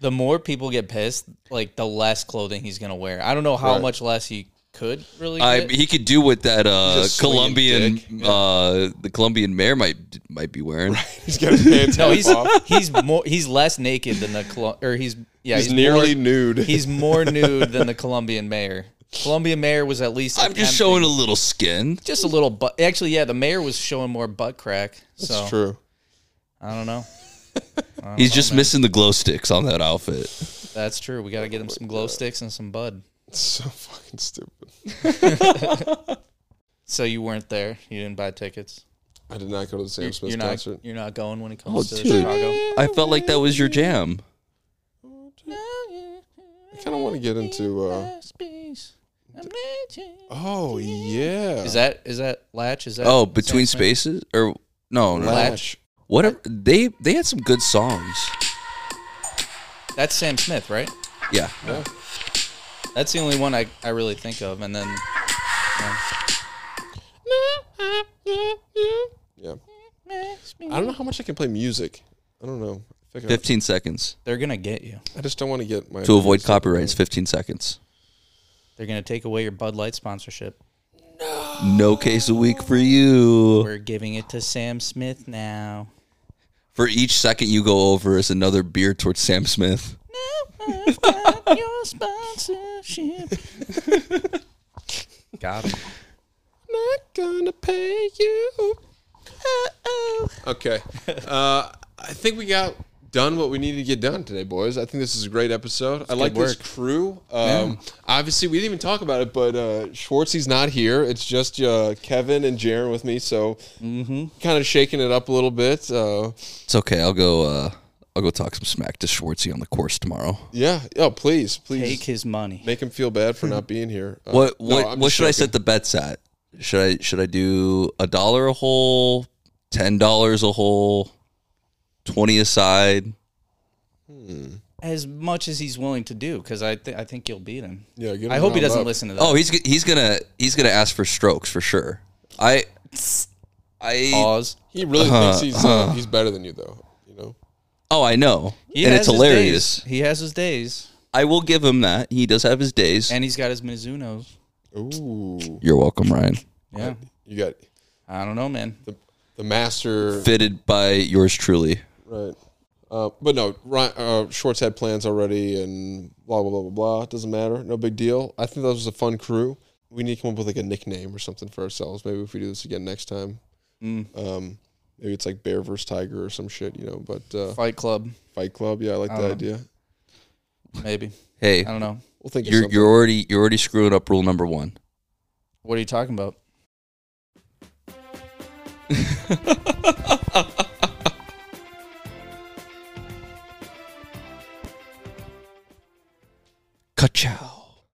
The more people get pissed, like the less clothing he's gonna wear. I don't know how Right. much less he could really. I get. he could do what that uh, He's a swinging Colombian dick. uh, the Colombian mayor might might be wearing. He's got his pants no, half he's off. he's more he's less naked than the Colo- or he's yeah He's, nearly more, nude. he's more nude than the Colombian mayor. Colombian mayor was at least I'm just attempting- showing a little skin. just a little butt. Actually, yeah, the mayor was showing more butt crack. So That's true. I don't know. He's just missing the glow sticks on that outfit. That's true. We got to get him some glow sticks and some bud. It's so fucking stupid. So you weren't there. You didn't buy tickets. I did not go to the Sam Smith You're not. concert. You're not going when it comes Oh, to dude. Chicago. I felt like that was your jam. I kind of want to get into. Uh, oh yeah, Is that is that Latch? Is that Oh, between Sam Smith? spaces or no, no, no. Latch? Whatever they they had some good songs. That's Sam Smith, right? Yeah. That's the only one I, I really think of. And then Yeah. I don't know how much I can play music. I don't know. I, think I- 15 seconds. they're gonna get you. I just don't want to get my To avoid copyrights, 15 seconds. They're gonna take away your Bud Light sponsorship. No case a week for you. We're giving it to Sam Smith now. For each second you go over is another beer towards Sam Smith. your sponsorship. Got him. not gonna pay you. Okay. Uh, I think we got done what we needed to get done today, boys. I think this is a great episode. I like this crew. Um, Obviously, we didn't even talk about it, but uh, Schwartzy's not here. It's just uh, Kevin and Jaron with me, so kind of shaking it up a little bit. Uh, It's okay. I'll go uh I'll go talk some smack to Schwartzy on the course tomorrow. yeah. Oh, please, please. Take his money. Make him feel bad for not being here. Oh, Uh, What no, what I'm what just should I joking. set the bets at? Should I should I do a dollar a hole, ten dollars a hole, twenty aside? As much as he's willing to do, because I th- I think you'll beat him. Yeah, get him I hope he wound doesn't up. listen to that. Oh, he's g- he's gonna he's gonna ask for strokes for sure. I I Pause. He really thinks he's uh, he's better than you, though. You know. oh I know, He and has it's his hilarious. days. He has his days, I will give him that. He does have his days. and he's got his Mizunos. Ooh, You're welcome, Ryan. Yeah, you got I don't know, man. the the master. Fitted by yours truly. Right. Uh, but no, Ryan, uh, Schwartz had plans already, and blah blah blah blah blah. Doesn't matter. No big deal. I think that was a fun crew. We need to come up with like a nickname or something for ourselves. Maybe if we do this again next time, um, maybe it's like Bear versus Tiger or some shit, you know. But uh, Fight Club, Fight Club, yeah, I like that know. idea. maybe. Hey, I don't know. We'll think of you're something. you're already you're already screwing up rule number one. What are you talking about?